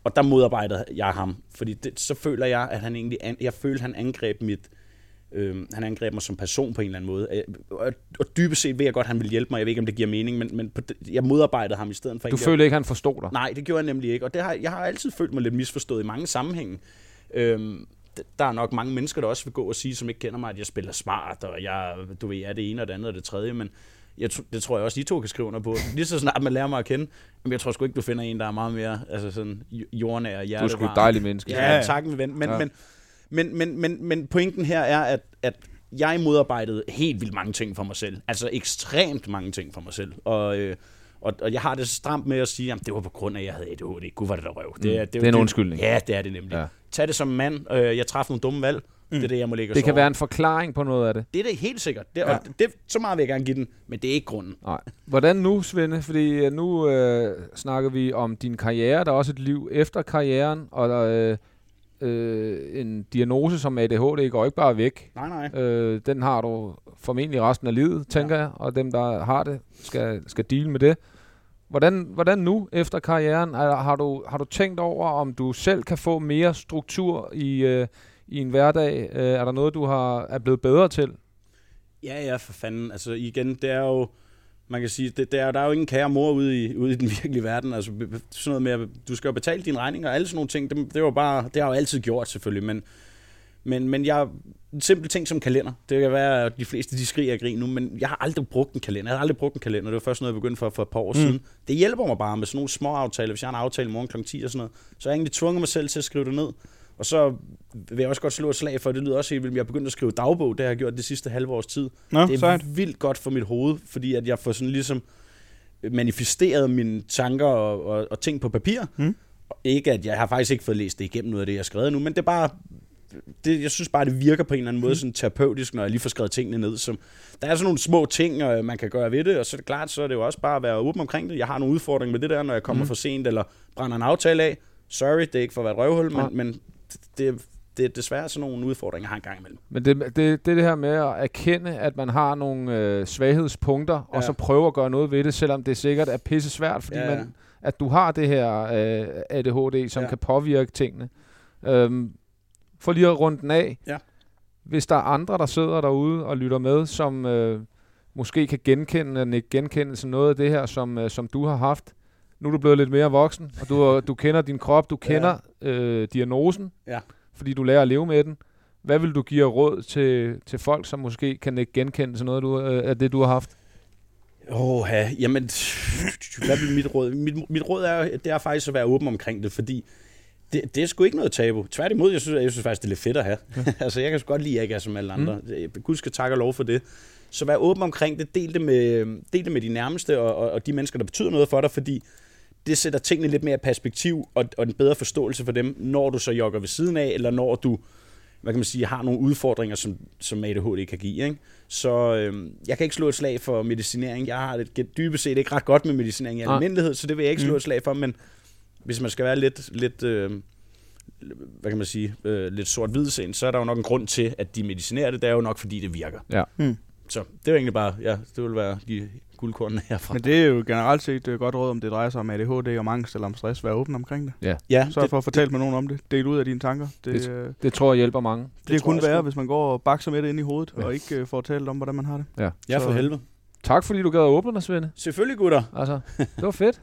Speaker 3: Og der modarbejdede jeg ham, fordi det, så føler jeg, at han egentlig, an, jeg følte, han angreb mit, Øh, han angreb mig som person på en eller anden måde. Øh, og, og dybest set ved jeg godt, at han ville hjælpe mig. Jeg ved ikke, om det giver mening, men, men på det, jeg modarbejdede ham i stedet for.
Speaker 1: Du
Speaker 3: egentlig at-
Speaker 1: følte ikke, han forstod dig.
Speaker 3: Nej, det gjorde jeg nemlig ikke. Og det har, jeg har altid følt mig lidt misforstået i mange sammenhænge. Øhm, d- der er nok mange mennesker, der også vil gå og sige, som ikke kender mig, at jeg spiller smart, og jeg, du ved, jeg er det ene og det andet og det tredje, men Jeg, tr- det tror jeg også, de to kan skrive under på. Lige så snart man lærer mig at kende, men jeg tror sgu ikke, du finder en, der er meget mere altså sådan, j- jordnær og
Speaker 1: Du er sgu
Speaker 3: hjertevarm.
Speaker 1: et dejligt menneske.
Speaker 3: Ja, ja. tak, min ven. Men,
Speaker 1: Ja.
Speaker 3: ja. men, men, men, men, men pointen her er, at, at jeg modarbejdede helt vildt mange ting for mig selv. Altså ekstremt mange ting for mig selv. Og, øh, og, og jeg har det stramt med at sige, at det var på grund af, at jeg havde ADHD. Gud, var det der røv. Det, er- det,
Speaker 1: Mm. det er en undskyldning.
Speaker 3: Ja, det er det nemlig.
Speaker 1: Ja.
Speaker 3: Ja. Tag det som mand. Øh, jeg træffede nogle dumme valg. Mm. Det er det, jeg må lægge
Speaker 1: Det
Speaker 3: os
Speaker 1: kan
Speaker 3: over.
Speaker 1: være en forklaring på noget af det.
Speaker 3: Det er det helt sikkert. Det, ja. og det, så meget vil jeg gerne give den, men det er ikke grunden.
Speaker 1: Nej. Hvordan nu, Svende? Fordi øh, nu øh, snakker vi om din karriere. Der er også et liv efter karrieren, og der er øh, øh, en diagnose som ADHD går ikke bare væk.
Speaker 3: Nej, nej.
Speaker 1: Øh, den har du formentlig resten af livet, tænker ja. jeg, og dem, der har det, skal, skal deal med det. Hvordan, hvordan nu efter karrieren? Er, har, du, har du tænkt over, om du selv kan få mere struktur i, øh, i en hverdag? Øh, er der noget, du har er blevet bedre til?
Speaker 3: Ja, ja, for fanden. Altså igen, det er jo... Man kan sige, det, det er, der er jo ingen kære mor ude i, ude i den virkelige verden. Altså, be- be- sådan noget med, at du skal jo betale dine regninger og alle sådan nogle ting. Det, det, var bare, det har jeg jo altid gjort, selvfølgelig. Men, men, men jeg, en simpel ting som kalender. Det kan være, at de fleste de skriger og griner nu, men jeg har aldrig brugt en kalender. Jeg har aldrig brugt en kalender. Det var først noget, jeg begyndte for, for et par år mm. siden. Det hjælper mig bare med sådan nogle små aftaler. Hvis jeg har en aftale i morgen kl. 10 og sådan noget, så har jeg egentlig tvunget mig selv til at skrive det ned. Og så vil jeg også godt slå et slag for, det lyder også helt vildt, men jeg er begyndt at skrive dagbog, det har jeg gjort det sidste halve års tid.
Speaker 4: Nå,
Speaker 3: det er
Speaker 4: sejt.
Speaker 3: vildt godt for mit hoved, fordi at jeg får sådan ligesom manifesteret mine tanker og, og, og ting på papir. Mm. Ikke at jeg har faktisk ikke fået læst det igennem noget af det, jeg har skrevet nu, men det er bare det, jeg synes bare, det virker på en eller anden
Speaker 1: Mhm.
Speaker 3: måde sådan terapeutisk, når jeg lige får skrevet tingene ned. Som, der er sådan nogle små ting, øh, man kan gøre ved det, og så er det klart, så er det jo også bare at være åben omkring det. Jeg har nogle udfordringer med det der, når jeg
Speaker 1: Mhm.
Speaker 3: kommer mm. for sent, eller brænder en aftale af. Sorry, det er ikke for at være et røvhul,
Speaker 1: Nej.
Speaker 3: men, men det, det er desværre sådan nogle udfordringer, jeg har en gang imellem.
Speaker 1: Men det, det, det er det her med at erkende, at man har nogle øh, svaghedspunkter, ja. og
Speaker 3: Ja.
Speaker 1: så prøve at gøre noget ved det, selvom det sikkert er pisse svært, fordi ja.
Speaker 3: Ja.
Speaker 1: man, at du har det her øh, ADHD, som ja.
Speaker 3: Ja.
Speaker 1: kan påvirke tingene. Øhm, for lige at runde den af,
Speaker 3: Ja.
Speaker 1: hvis der er andre, der sidder derude og lytter med, som øh, måske kan genkende eller ikke genkende sådan noget af det her, som, øh, som du har haft. Nu er du blevet lidt mere voksen, og du, du kender din krop, du kender ja. øh, diagnosen,
Speaker 3: Ja.
Speaker 1: fordi du lærer at leve med den. Hvad vil du give af råd til, til folk, som måske kan ikke genkende sådan noget du, øh, af det, du har haft?
Speaker 3: Åh, ja, jamen, hvad vil mit råd? Mit, mit råd er, det er faktisk at være åben omkring det, fordi det, det er sgu ikke noget tabu. Tværtimod, jeg synes, jeg synes faktisk, det er lidt fedt at have. Ja. altså, jeg kan sgu godt lide, at jeg ikke er som alle andre. Mm. Gud skal takke og lov for det. Så vær åben omkring det. Del det med, del det med de nærmeste og, og, og de mennesker, der betyder noget for dig, fordi det sætter tingene lidt mere i perspektiv og, og en bedre forståelse for dem, når du så jogger ved siden af, eller når du hvad kan man sige, har nogle udfordringer, som, som ADHD kan give. Ikke? Så øhm, jeg kan ikke slå et slag for medicinering. Jeg har det gen- dybest set ikke ret godt med medicinering i
Speaker 1: Nej.
Speaker 3: almindelighed, så det vil jeg
Speaker 4: Mm.
Speaker 3: ikke slå et slag for, men hvis man skal være lidt, lidt øh, hvad kan man sige, øh, lidt sort-hvid sind, så er der jo nok en grund til, at de medicinerer det. Det er jo nok, fordi det virker.
Speaker 1: Ja.
Speaker 4: Mm.
Speaker 3: Så det er jo egentlig bare, ja, det vil være de guldkornene herfra.
Speaker 4: Men det er jo generelt set øh, godt råd, om det drejer sig om ADHD, om angst eller om stress. Vær åben omkring det.
Speaker 3: ja,
Speaker 4: Sørg for at fortælle med nogen om det. Del ud af dine tanker. Det,
Speaker 1: Det-
Speaker 4: øh,
Speaker 1: Det tror jeg hjælper mange.
Speaker 4: det, det
Speaker 3: tror
Speaker 4: kun
Speaker 3: jeg sgu.
Speaker 4: værre, hvis man går og bakser med det ind i hovedet, ja. og ikke øh, får talt om, hvordan man har det.
Speaker 3: ja, for
Speaker 4: så-
Speaker 3: helvede.
Speaker 1: Tak fordi du gad at åbne dig, Svende.
Speaker 3: Selvfølgelig, gutter.
Speaker 1: Altså, det var fedt.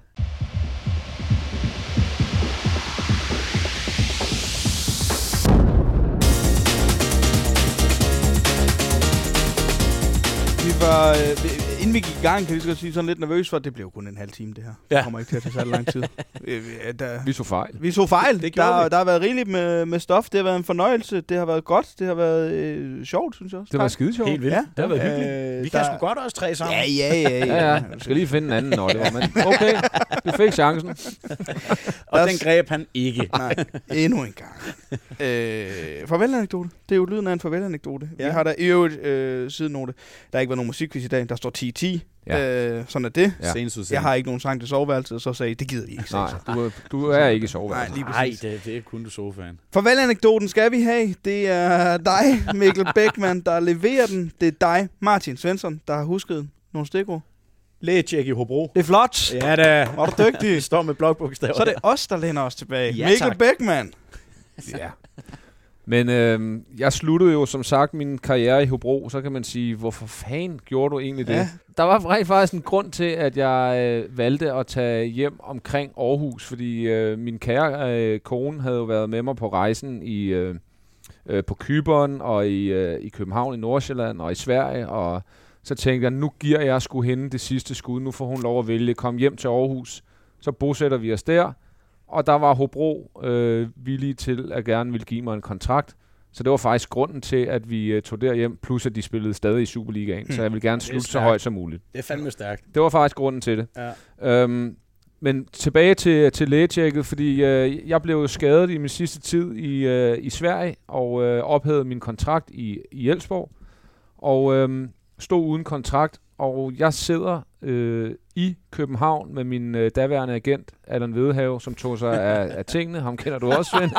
Speaker 4: Vi var, øh, vi- inden vi gik i gang, kan jeg lige så godt sige, sådan lidt nervøs for, at det blev kun en halv time, det her. Ja.
Speaker 3: Ja.
Speaker 4: Det kommer ikke til at tage særlig lang tid. Øh, ja, der,
Speaker 1: Vi så fejl.
Speaker 4: vi så fejl.
Speaker 3: Det gjorde
Speaker 4: der,
Speaker 3: vi.
Speaker 4: der har været rigeligt med, med stof. Det har været en fornøjelse. Det har været godt. Det har været øh, sjovt, synes jeg også.
Speaker 1: Det var
Speaker 4: Tak.
Speaker 1: skide sjovt.
Speaker 3: Helt vildt.
Speaker 4: Ja.
Speaker 3: Ja. Det har været hyggeligt.
Speaker 4: Øh,
Speaker 3: Vi kan
Speaker 4: der-
Speaker 3: sgu godt også tre sammen.
Speaker 4: Ja, ja, ja.
Speaker 1: Ja, ja. Du skal lige finde en anden, når det var, men okay, du fik chancen.
Speaker 3: Og
Speaker 4: Der-
Speaker 3: den greb han ikke.
Speaker 4: Nej, endnu en gang. øh, farvelanekdote. Det er jo lyden af en farvelanekdote. Ja. Vi
Speaker 3: Ja.
Speaker 4: har der i øvrigt øh, sidenote. Der har ikke været nogen musikquiz i dag. Der står 10-10. Ja. Øh, sådan er det.
Speaker 1: Ja.
Speaker 3: Senest udsigt.
Speaker 4: Jeg har ikke nogen sang til soveværelset, så sagde I, det gider vi ikke.
Speaker 1: Nej, du, er- du er ikke i
Speaker 4: Nej,
Speaker 1: soveværelset.
Speaker 4: lige
Speaker 3: Nej,
Speaker 4: præcis.
Speaker 3: det, det er kun du sofaen.
Speaker 4: Farvelanekdoten skal vi have. Det er dig, Mikkel Beckmann, der leverer den. Det er dig, Martin Svensson, der har husket nogle stikord.
Speaker 3: Lægetjek i Hobro.
Speaker 4: Det er flot. Ja.
Speaker 3: Ja da.
Speaker 4: Var du dygtig?
Speaker 3: Vi står med blokbogstaver.
Speaker 4: Så er det os, der læner os tilbage.
Speaker 3: Ja,
Speaker 4: Mikkel
Speaker 3: tak.
Speaker 4: Beckmann.
Speaker 1: Ja. Men øhm, jeg sluttede jo som sagt min karriere i Hobro, så kan man sige, hvorfor fanden gjorde du egentlig det?
Speaker 4: Ja.
Speaker 1: Ja. Der var rent faktisk en grund til, at jeg øh, valgte at tage hjem omkring Aarhus, fordi øh, min kære øh, kone havde jo været med mig på rejsen i øh, øh, på Kyberen og i, øh, i København, i Nordsjælland og i Sverige og Så tænkte jeg, nu giver jeg sgu hende det sidste skud. Nu får hun lov at vælge. Kom hjem til Aarhus. Så bosætter vi os der. Og der var Hobro øh, villige til at gerne ville give mig en kontrakt. Så det var faktisk grunden til, at vi øh, tog derhjem, plus at de spillede stadig i Superligaen. Så jeg ville gerne
Speaker 3: Mm. er
Speaker 1: slutte så
Speaker 3: stærkt.
Speaker 1: højt som muligt.
Speaker 3: Det er fandme stærkt.
Speaker 1: Det var faktisk grunden til det.
Speaker 3: Ja.
Speaker 1: Øhm, men tilbage til, til lægetjekket, fordi øh, jeg blev jo skadet i min sidste tid i, øh, i Sverige, og øh, ophævede min kontrakt i, i Elsborg, og øh, stod uden kontrakt, og jeg sidder øh, i København med min øh, daværende agent, Allan Vedhave, som tog sig af, af tingene. Ham kender du også, Svend.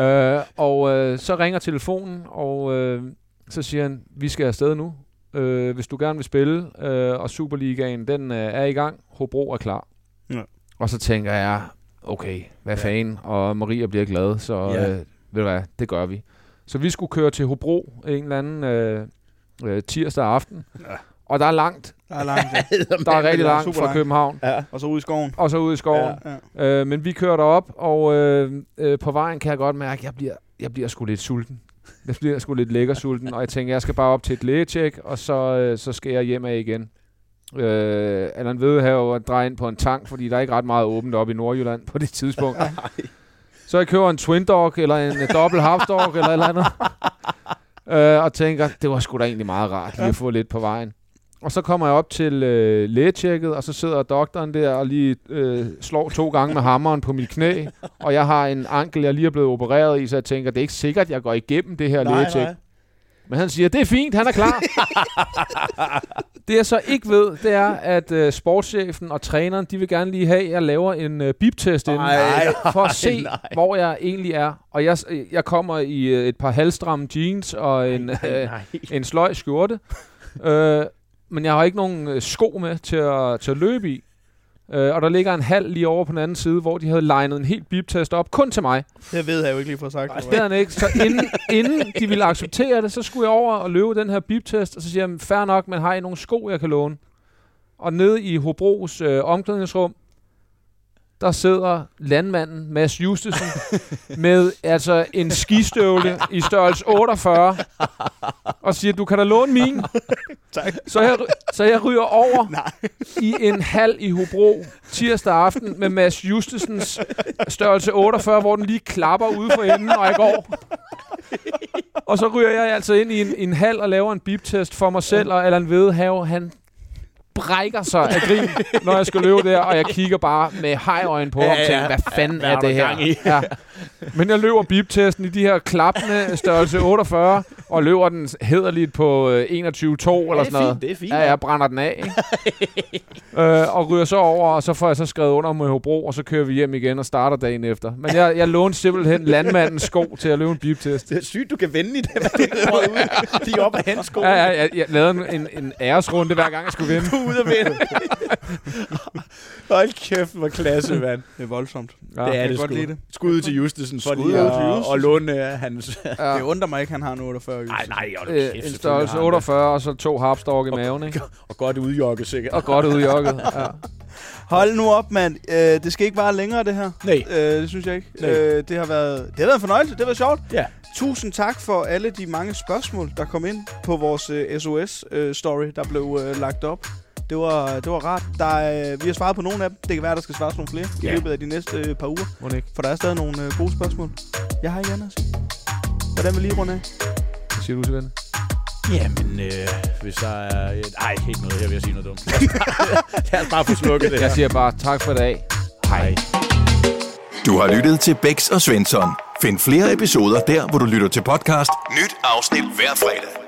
Speaker 1: øh, og øh, så ringer telefonen, og øh, så siger han, vi skal afsted nu. Øh, hvis du gerne vil spille, øh, og Superligaen den øh, er i gang, Hobro er klar.
Speaker 4: Ja.
Speaker 1: Og så tænker jeg, okay, hvad
Speaker 3: Ja.
Speaker 1: ja. fanden, og Maria bliver glad, så
Speaker 3: Ja.
Speaker 1: ja. øh, ved du hvad, det gør vi. Så vi skulle køre til Hobro en eller anden øh, øh, tirsdag aften, ja. og der er langt,
Speaker 4: Der er langt, ja.
Speaker 1: der er rigtig
Speaker 4: det er
Speaker 1: langt
Speaker 4: super
Speaker 1: fra
Speaker 4: langt.
Speaker 1: København,
Speaker 3: Ja.
Speaker 4: Og så ud i skoven.
Speaker 1: og så ud i skoven.
Speaker 3: Ja.
Speaker 4: Ja.
Speaker 1: Øh, men vi kører derop, og øh, øh, på vejen kan jeg godt mærke, at jeg bliver, jeg bliver sgu lidt sulten. Jeg bliver sgu lidt lækker sulten, og jeg tænker, jeg skal bare op til et lægetjek, og så, øh, så skal jeg hjem af igen. Øh, Allan ved her at dreje ind på en tank, fordi der er ikke ret meget åbent op i Nordjylland på det tidspunkt. så jeg kører en twin dog, eller en øh, dobbelt half dog, eller et eller andet. Øh, og tænker, det var sgu da egentlig meget rart lige at få lidt på vejen. Og så kommer jeg op til øh, lægetjekket, og så sidder doktoren der og lige øh, slår to gange med hammeren på mit knæ. Og jeg har en ankel, jeg lige er blevet opereret i, så jeg tænker, det er ikke sikkert, jeg går igennem det her lægetjek. Men han siger, det er fint, han er klar. det jeg så ikke ved, det er, at øh, sportschefen og træneren, de vil gerne lige have, at jeg laver en øh, biptest inden,
Speaker 3: Ej,
Speaker 1: for at se,
Speaker 3: nej.
Speaker 1: hvor jeg egentlig er. Og jeg, s- øh, jeg kommer i øh, et par halvstramme jeans og en, øh,
Speaker 3: Nej.
Speaker 1: en sløj skjorte. øh, men jeg har ikke nogen øh, sko med til at, til at løbe i. Øh, og der ligger en halv lige over på den anden side, hvor de havde legnet en helt biptest op, kun til mig.
Speaker 4: Det ved jeg jo ikke lige for sagt.
Speaker 1: Det havde han ikke. Så inden, inden de ville acceptere det, så skulle jeg over og løbe den her biptest, og så siger jeg, fair nok, men har I nogle sko, jeg kan låne? Og nede i Hobros øh, omklædningsrum, der sidder landmanden Mads Justesen med altså en skistøvle i størrelse 48 og siger, du kan da låne min.
Speaker 4: Tak.
Speaker 1: Så jeg, ry- så jeg ryger over Nej. i en hal i Hobro tirsdag aften med Mads Justesens størrelse 48, hvor den lige klapper ude for enden, når jeg går. Og så ryger jeg altså ind i en, en hal og laver en biptest for mig selv, og Allan Vedhave, han brækker sig af grin, når jeg skal løbe der, og jeg kigger bare med hejøjen på ham og
Speaker 3: Ja,
Speaker 1: tænker,
Speaker 3: ja.
Speaker 1: hvad fanden
Speaker 3: Hvad
Speaker 1: er
Speaker 3: har du
Speaker 1: det her?
Speaker 3: gang i?
Speaker 1: Ja. Men jeg løber biptesten i de her klappende størrelse 48, og løber den hederligt på øh, 21,2 eller sådan noget.
Speaker 3: det er fint.
Speaker 1: Ja, jeg brænder den af, ikke? øh, og ryger så over, og så får jeg så skrevet under med Hobro, og så kører vi hjem igen og starter dagen efter. Men jeg, jeg lånte simpelthen landmandens sko til at løbe en biptest.
Speaker 3: Det er sygt, du kan vende i det, hvad det er ud. De er oppe af hans sko.
Speaker 1: Ja, ja, jeg, jeg lavede en, en, en æresrunde, hver gang jeg skulle vinde.
Speaker 3: Du er ude at vende. Hold kæft, hvor klasse, mand.
Speaker 4: Det er voldsomt.
Speaker 1: Ja.
Speaker 3: det er
Speaker 4: kan
Speaker 3: det
Speaker 4: godt
Speaker 3: sgu.
Speaker 4: lide det.
Speaker 3: Skud ud til Justesen for
Speaker 4: Skud
Speaker 3: lige
Speaker 4: ud til
Speaker 3: at,
Speaker 4: Justesen.
Speaker 3: at låne øh, hans...
Speaker 1: Ja.
Speaker 4: Det undrer mig ikke, han har en 48 Justus.
Speaker 3: Nej, nej, hold
Speaker 1: Øh,
Speaker 3: kæft.
Speaker 1: en
Speaker 3: selvfølgelig
Speaker 1: størrelse
Speaker 3: har han det.
Speaker 1: 48, og så to harpstork i maven, ikke?
Speaker 3: Og godt udjokket, sikkert.
Speaker 1: Og godt ud i jokket. Ja.
Speaker 4: Hold nu op, mand. Øh, det skal ikke vare længere, det her.
Speaker 3: Nej.
Speaker 4: Øh, det synes jeg ikke.
Speaker 3: Nej.
Speaker 4: Øh, det, har været, det har været en fornøjelse. Det har været sjovt.
Speaker 3: Ja.
Speaker 4: Tusind tak for alle de mange spørgsmål, der kom ind på vores øh, SOS-story, der blev øh, lagt op. Det var, det var rart. Der, øh, vi har svaret på nogle af dem. Det kan være, der skal svares nogle flere
Speaker 3: Ja.
Speaker 4: i løbet af de næste øh, par uger.
Speaker 1: Mon ikke?
Speaker 4: For der er stadig nogle øh, gode spørgsmål. Jeg har ikke andet at sige. Hvordan vil I runde af?
Speaker 1: Hvad siger du til den?
Speaker 3: Jamen, øh, hvis der er... et- Ej, ikke noget her, vil jeg sige noget dumt. Lad os bare, lad os bare få slukket det her.
Speaker 1: Jeg siger bare tak for i dag. Hej.
Speaker 2: Du har lyttet til Bæks og Svensson. Find flere episoder der, hvor du lytter til podcast. Nyt afsnit hver fredag.